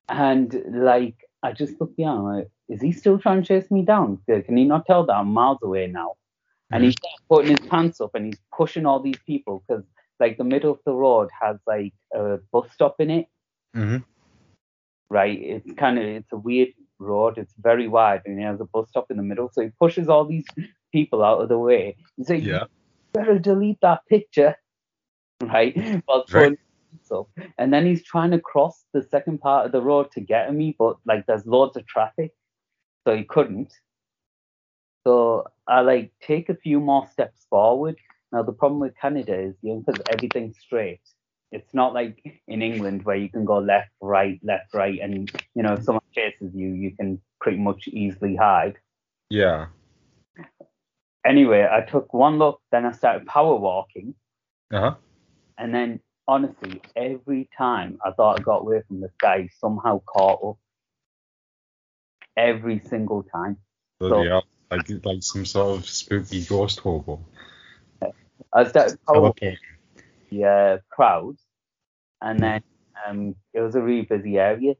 And like I just look behind, like, is he still trying to chase me down? Can he not tell that I'm miles away now? And he's putting his pants up and he's pushing all these people because like the middle of the road has like a bus stop in it hmm right? It's kind of it's a weird road. It's very wide, and he has a bus stop in the middle. So he pushes all these people out of the way. He's like, Yeah. "Better delete that picture," right? While throwing his up. and then he's trying to cross the second part of the road to get at me, but like there's loads of traffic, so he couldn't. So I like take a few more steps forward. Now the problem with Canada is you know, because everything's straight. It's not like in England where you can go left, right, left, right, and you know if someone chases you, you can pretty much easily hide. Yeah. Anyway, I took one look, then I started power walking, Uh huh. and then honestly, every time I thought I got away from this guy, he somehow caught up. Every single time. Bloody hell. Like like some sort of spooky ghost hobo. I started power walking. Okay. the uh, crowd, and then um, it was a really busy area.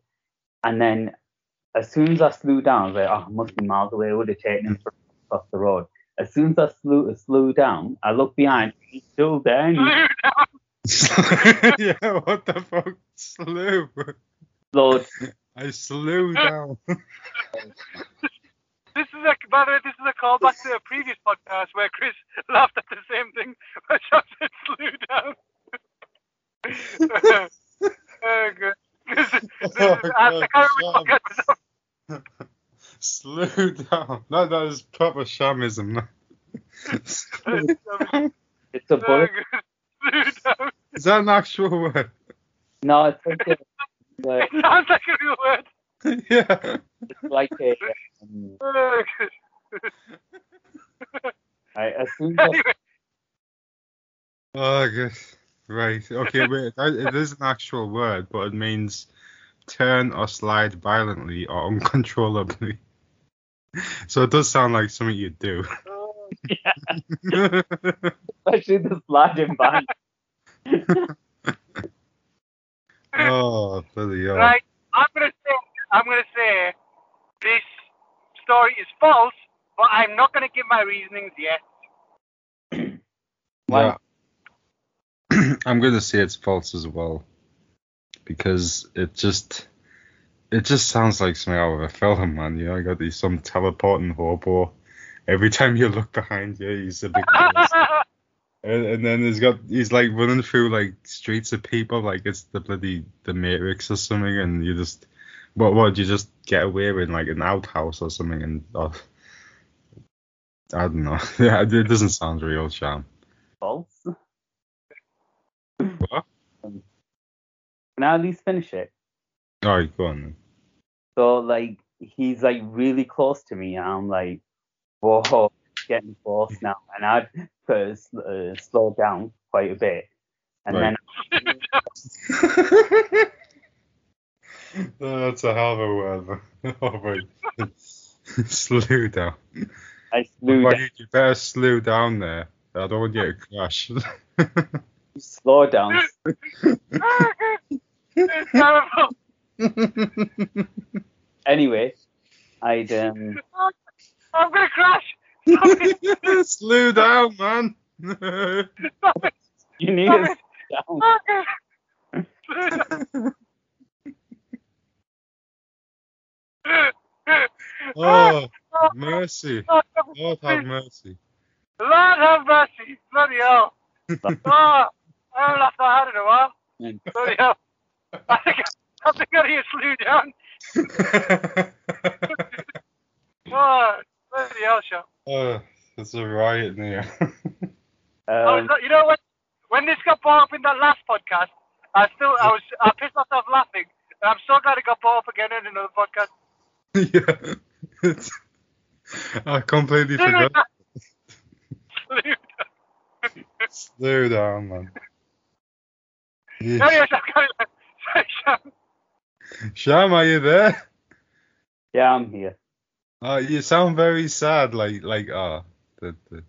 And then as soon as I slew down, I was like, oh, it must be miles away. I would have taken him from across the road. As soon as I slew, slew down, I looked behind. He's still there. And he Dude, yeah. What the fuck? Slew. slowed. I slew down. this is a by the way, this is a callback to a previous podcast where Chris laughed at the same thing, but Sham said slew down. oh, good. This is, this is, Oh, I, I can't remember. what podcast Slew down. No, that is proper shamism. man. it was. It's a Oh, bullet. good. Dude, is that an actual word? No, it's like a, the- it sounds like a real word. yeah. it's like a um, Oh, I assume that anyway, Oh, good. Right. Okay. Wait. That, it is an actual word, but it means turn or slide violently or uncontrollably. So it does sound like something you'd do. oh, especially the sliding by. oh, bloody hell. right. I'm gonna say I'm gonna say this story is false, but I'm not gonna give my reasonings yet. Why? Yeah. I'm gonna say it's false as well, because it just it just sounds like something out of a film, man. You know, you got these some teleporting hobo. Every time you look behind you, he's a big. ghost. and, and then he's got he's like running through like streets of people, like it's the bloody the Matrix or something, and you just what what you just get away with like an outhouse or something, and or, I don't know. Yeah, it doesn't sound real, Sham. False. What? Can I at least finish it? All right, go on. Then. So like he's like really close to me, and I'm like, whoa, getting close now, and I'd uh, s- uh, slow down quite a bit, and Right. then Oh, that's a hell of a word. man. Oh my. slow down. I Well, slowed down, You, you better slow down there. I don't want you to crash. slow down. it's terrible. Anyway, I'd um, I'm gonna crash. slow down, man. Stop it. you need to slow down. oh, mercy. Lord have mercy. Lord have mercy. Bloody hell. Oh, I haven't laughed that hard in a while. Bloody hell. I think I think I need to slow down. Oh, bloody hell, Sean. oh, it's a riot in here. I was, Um, not- Oh, you know when when this got brought up in that last podcast, I still I was I pissed myself laughing, and I'm so glad it got brought up again in another podcast. yeah. It's, I completely Slow forgot. down. Slow down. Slow down, man. Yeah. Anyways, I'm going. Sorry, Sean. Sham, are you there? yeah, I'm here. Uh, you sound very sad, like like uh the, the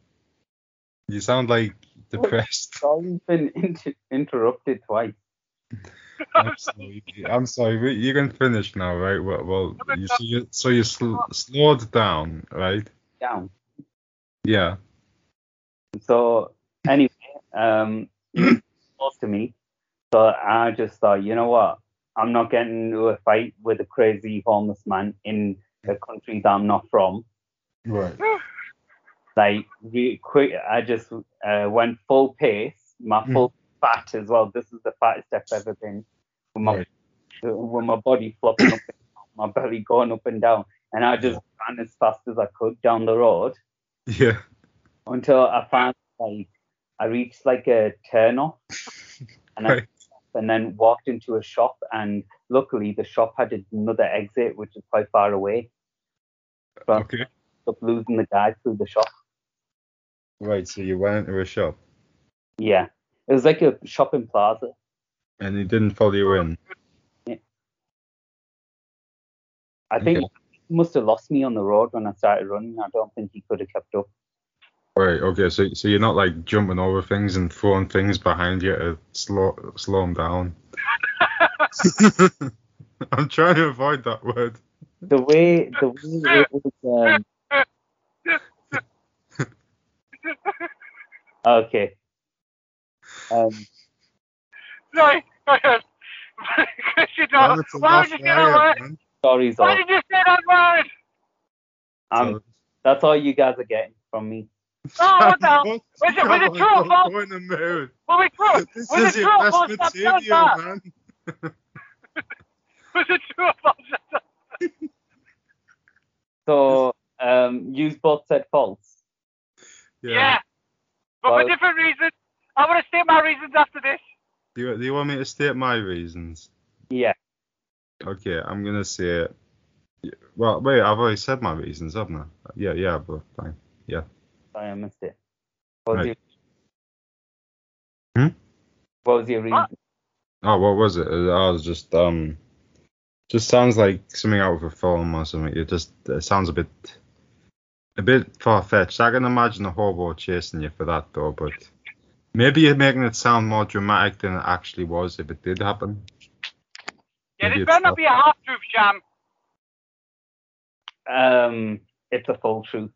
you sound like depressed. Sorry, been inter- interrupted twice. I'm sorry. I'm sorry. we- You can finish now, right? Well, well you so you so you sl- slowed down, right? Down. Yeah. So anyway, um, he was close to me, so I just thought, you know what? I'm not getting into a fight with a crazy homeless man in a country that I'm not from. Right. Like, really quick, I just uh, went full pace, my Mm. full fat as well. This is the fattest I've ever been. With my, Right. with my body flopping up, and down, my belly going up and down, and I just ran as fast as I could down the road Yeah. until I found like I reached like a turn off and I, Right. and then walked into a shop and luckily the shop had another exit which is quite far away. But I Okay. ended up losing the guy through the shop. Right. So you went into a shop Yeah. It was like a shopping plaza. and he didn't follow you in. I think Okay. he must have lost me on the road when I started running. I don't think he could have kept up. Right. Okay. So so you're not like jumping over things and throwing things behind you to slow slow them down. I'm trying to avoid that word. The way the way it was um, Okay. Um Sorry. Because you Man, know, it's a why rough did you say area, that word? man. stories Why off. did you say that word? Um, That's all you guys are getting from me. Oh, what the hell? What? Was it- was it Oh, true or God, false? go in the mood. Was it true? This Was is it your true or false? best I've done material, that. man. Was it true or false? I've done So um, you both said false. that. Yeah. But for Well- different reasons. I want to state my reasons after this. Do you, do you want me to state my reasons? Yeah. Okay, I'm gonna say Well, wait, I've already said my reasons, haven't I? Yeah, yeah, but fine. Sorry, I missed it. What was, Right. your... Hmm? what was your reason? Oh, what was it? Uh, I was just um, just sounds like something out of a film or something. It just it sounds a bit, a bit far fetched. I can imagine a hobo chasing you for that though, but maybe you're making it sound more dramatic than it actually was if it did happen. Yeah, Maybe this it's better not. not be a half truth, Sham. Um, it's a full truth.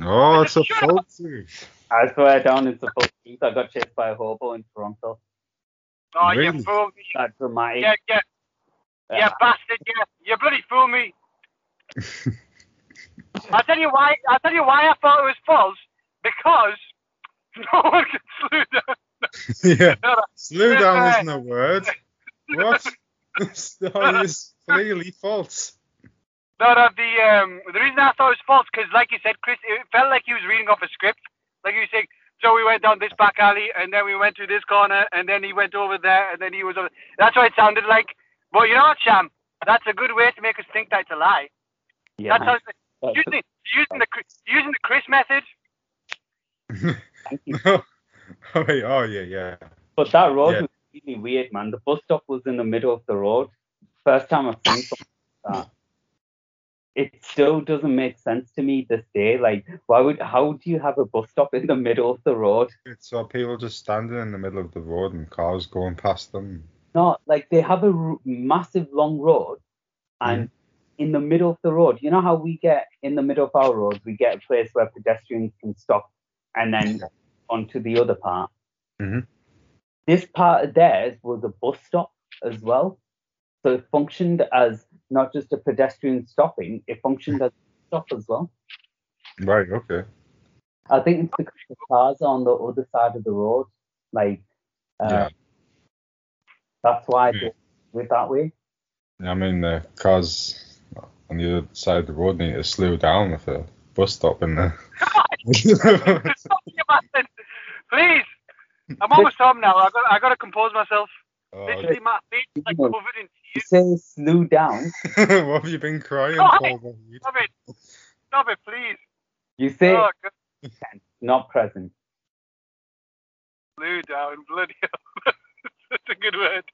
Oh, it's a Shut up. faulty. I swear down, it's a full truth. I got chased by a hobo in Toronto. Oh, Really? you fool me. That dramatic. Yeah, yeah, yeah, Uh, bastard, yeah. You bloody fool me. I'll tell you why I'll tell you why I thought it was false. Because no one could slew them. yeah. Shut up. Slow down isn't a word. What? that is clearly false. No, no, the um, the reason I thought it was false because, like you said, Chris, it felt like he was reading off a script. Like he was saying, so we went down this back alley, and then we went to this corner, and then he went over there, and then he was over. That's what it sounded like. But you know what, Sham? That's a good way to make us think that it's a lie. yeah. That's how That's- using using the Chris- using the Chris method. thank you. No. Oh, wait, oh yeah, yeah. But that road Yeah. was really weird, man. The bus stop was in the middle of the road. First time I've seen something like that. It still doesn't make sense to me this day. Like, why would how do you have a bus stop in the middle of the road? So people just standing in the middle of the road and cars going past them. Not like they have a r- massive long road, and in the middle of the road, you know how we get in the middle of our road, we get a place where pedestrians can stop and then onto the other part. Mhm. This part of theirs was a bus stop as well. So it functioned as not just a pedestrian stopping, it functioned as a stop as well. Right, okay. I think it's because the cars are on the other side of the road. Like, uh, Yeah. that's why Hmm. they went that way. I mean, the cars on the other side of the road need to slow down with a bus stop in there. Stop me, you bastard. Please. I'm almost home now. I got I got to compose myself. oh, Literally, my face is like No. covered in You tears. say slow down. what have you been crying Why? for? Wahid? Stop it. Stop it, please. You say Oh, God, not present. blew down. Bloody hell. That's a good word.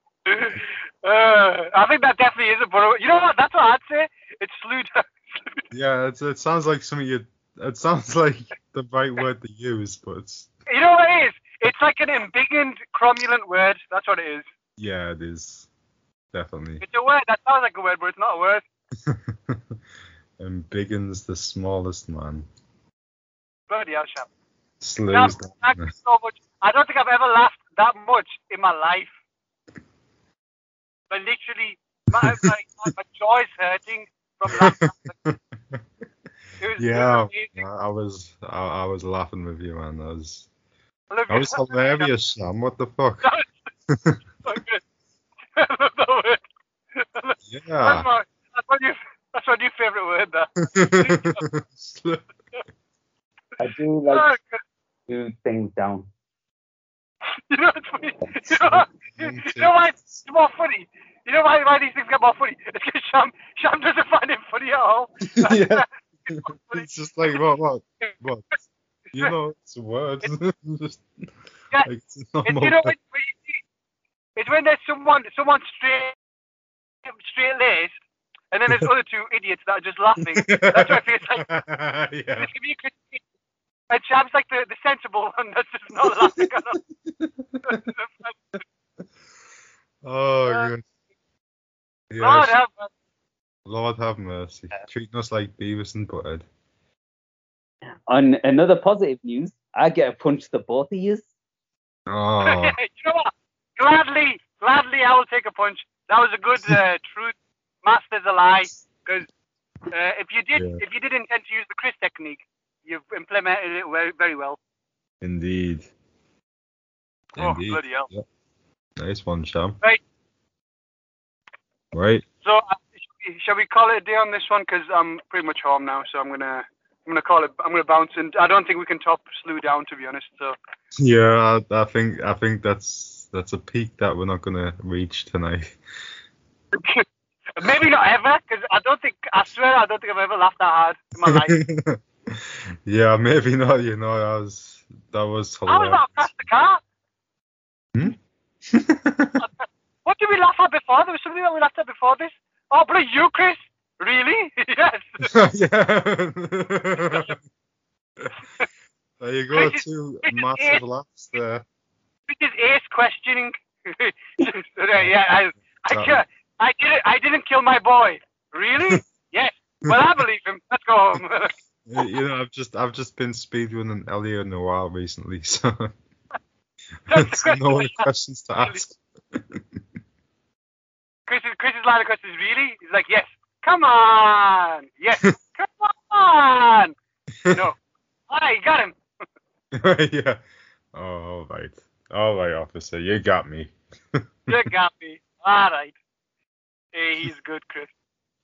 Uh, I think that definitely is a borough. You know what? That's what I'd say. It's slew down. Yeah, it's, it sounds like something you. It sounds like the right word to use, but it's, You know what it is? It's like an embiggened, cromulent word. That's what it is. yeah, it is definitely. It's a word. That sounds like a word, but it's not a word. and biggins the smallest man Bloody hell, Sham. Sham, slows thank down. you so much. I don't think I've ever laughed that much in my life. But literally, my, my, my, my jaw's hurting from laughing. It was, Yeah. It was amazing. I I was I, I was laughing with you, man. That was I love that you. was hilarious, Sam. What the fuck? So good. I love that word. That's, Yeah. my, that's, my new, that's my new favorite word. That. Slow- I do Oh, like God. to do things down. you know what's funny? You know, what- you know why it's more funny? You know why, why these things get more funny? It's because Sham, Sham doesn't find it funny at all. yeah. It's more funny. It's just like what what what. You know, it's words. just, Yeah, like, it's not It's, more- you know, when, when you see, it's when there's someone, someone straight, straight laced, and then there's other two idiots that are just laughing. That's what it feels like. And yeah. it's gonna be a good scene. And Sham's like the, the sensible one that's just not laughing at all. Oh, Uh, good. Yeah, Lord sh- have mercy. Lord have mercy. Treating us like Beavis and Butthead. On another positive news, I get a punch the both of you. Oh, Yeah, you know what? Gladly, gladly, I will take a punch. That was a good uh, truth. Master's a lie. Because uh, if you did, Yeah. if you did intend to use the Chris technique, you've implemented it very, very well. indeed. Oh, Indeed. bloody hell! Nice one, Sham. Oh, Right. Right. So, uh, sh- shall we call it a day on this one? Because I'm pretty much home now, so I'm gonna, I'm gonna call it. I'm gonna bounce, and I don't think we can top Slew down, to be honest. So, Yeah, I, I think I think that's that's a peak that we're not gonna reach tonight. Maybe not ever, because I don't think I swear I don't think I've ever laughed that hard in my life. yeah, maybe not. You know, that was that was How was that hilarious. past the car? What did we laugh at before? There was something that we laughed at before this. Oh, but you, Chris? Really? yes. yeah. there you go, Which is- two which is massive it. laughs there. Which is ace questioning. yeah, I, I, Uh-oh. ca- I didn't, I didn't kill my boy. Really? yes. Well, I believe him. Let's go home. Y- You know, I've just I've just been speedrunning Elio Noir recently, so That's the no question. other questions to ask. Chris, Chris's line of question is really? He's like, yes. Come on. Yes. Come on. No. I got him. yeah. Oh, all right. All right, officer, you got me. You got me. All right. Hey, he's good, Chris.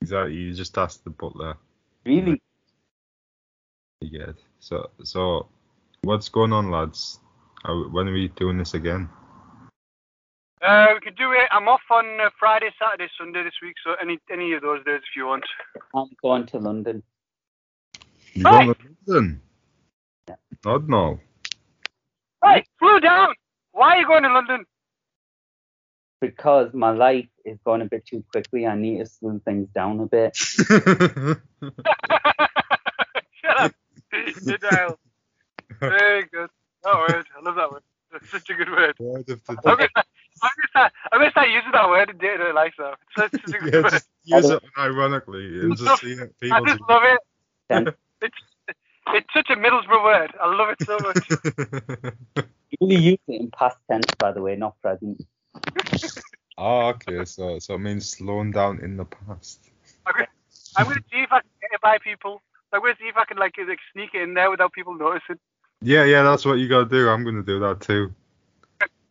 Exactly. You just asked the butler. Really? You get. it. So so, what's going on, lads? Are, when are we doing this again? Uh, we could do it. I'm off on uh, Friday, Saturday, Sunday this week, so any any of those days if you want. I'm going to London. You Hey! going to London? Not no. Hey, flew down. Why are you going to London? Because my life is going a bit too quickly. I need to slow things down a bit. Shut up. Denial. Very good. That word. I love that word. That's such a good word. Word of the I'm day. gonna, start- I'm, gonna start, I'm gonna start using that word in day-to-day life now. It's such, such a good yeah, word. just use it ironically and just see it. I People just love it. Then It's it's such a Middlesbrough word. I love it so much. do. really use it in past tense, by the way, not present. oh, okay. So so it means slowing down in the past. I'm gonna, I'm gonna see if I can get it by people. I'm gonna see if I can like, like sneak it in there without people noticing. Yeah, yeah, that's what you gotta do. I'm gonna do that too.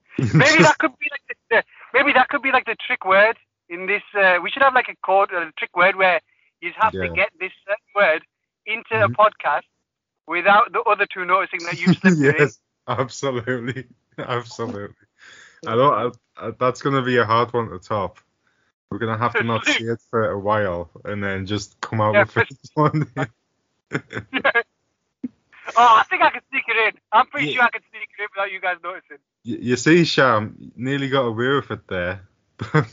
Maybe that could be like the, the maybe that could be like the trick word in this. Uh, we should have like a code, a trick word where you have Yeah. to get this certain word into Mhm. a podcast without the other two noticing that you slipped it in. yes, absolutely, absolutely. I don't. I, I, that's gonna be a hard one to top. We're gonna have to not see it for a while and then just come out Yeah, with it one. day. Oh, I think I can sneak it in. I'm pretty Yeah. sure I can sneak it in without you guys noticing. you, you see, Sham nearly got away with it there, but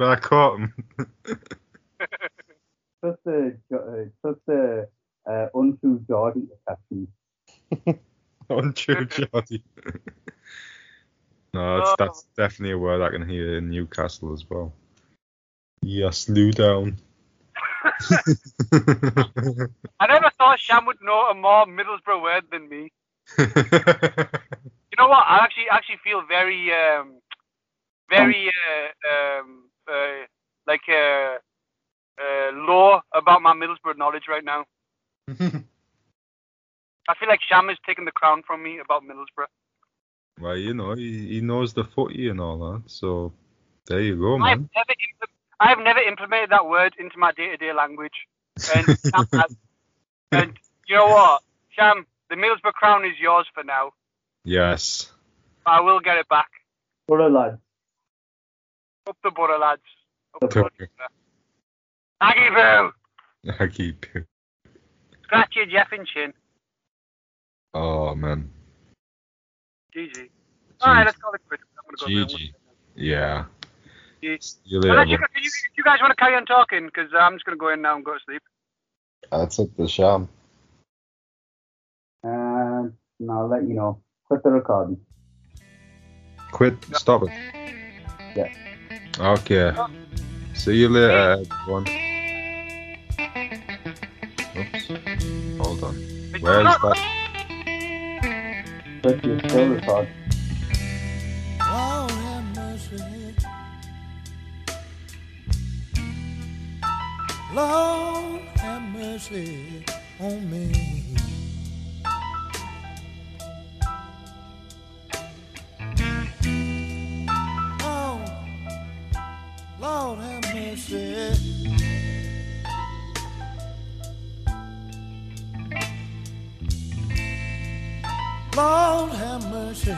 I caught him. Such a, jo- uh, such a uh, untrue Geordie exception. Untrue Geordie. no, that's, Oh. that's definitely a word I can hear in Newcastle as well. Yeah, slew down. I never thought Sham would know a more Middlesbrough word than me. You know what? I actually actually feel very um very uh, um uh, like uh, uh low about my Middlesbrough knowledge right now. I feel like Sham is taking the crown from me about Middlesbrough. well, you know, he, he knows the footy and all that, so there you go, I've man. never impl- I've never implemented that word into my day-to-day language. And Sham has. and you know what? Sham, the Middlesbrough crown is yours for now. Yes. I will get it back. What a lad. Up the borough, lads. Up the Okay. borough. Aggie Boo! I keep. Scratch your jeffing chin. Oh, man. GG. Alright, let's call it quits. I'm gonna go GG. Yeah. GG. See you Unless later. you, you, you guys want to carry on talking, because I'm just going to go in now and go to sleep. That's it, the sham. Um, and I'll let you know. Quit the recording. Quit. Stop it. Yeah. Okay. See you later, uh, everyone. Oops. Hold on. Where is that? But you still record. Lord have mercy. Lord have mercy on me. Oh, Lord have mercy. Lord have mercy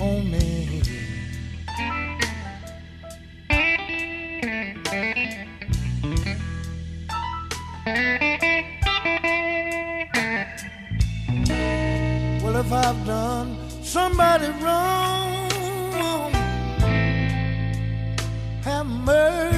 on me. if I've done somebody wrong. Have mercy.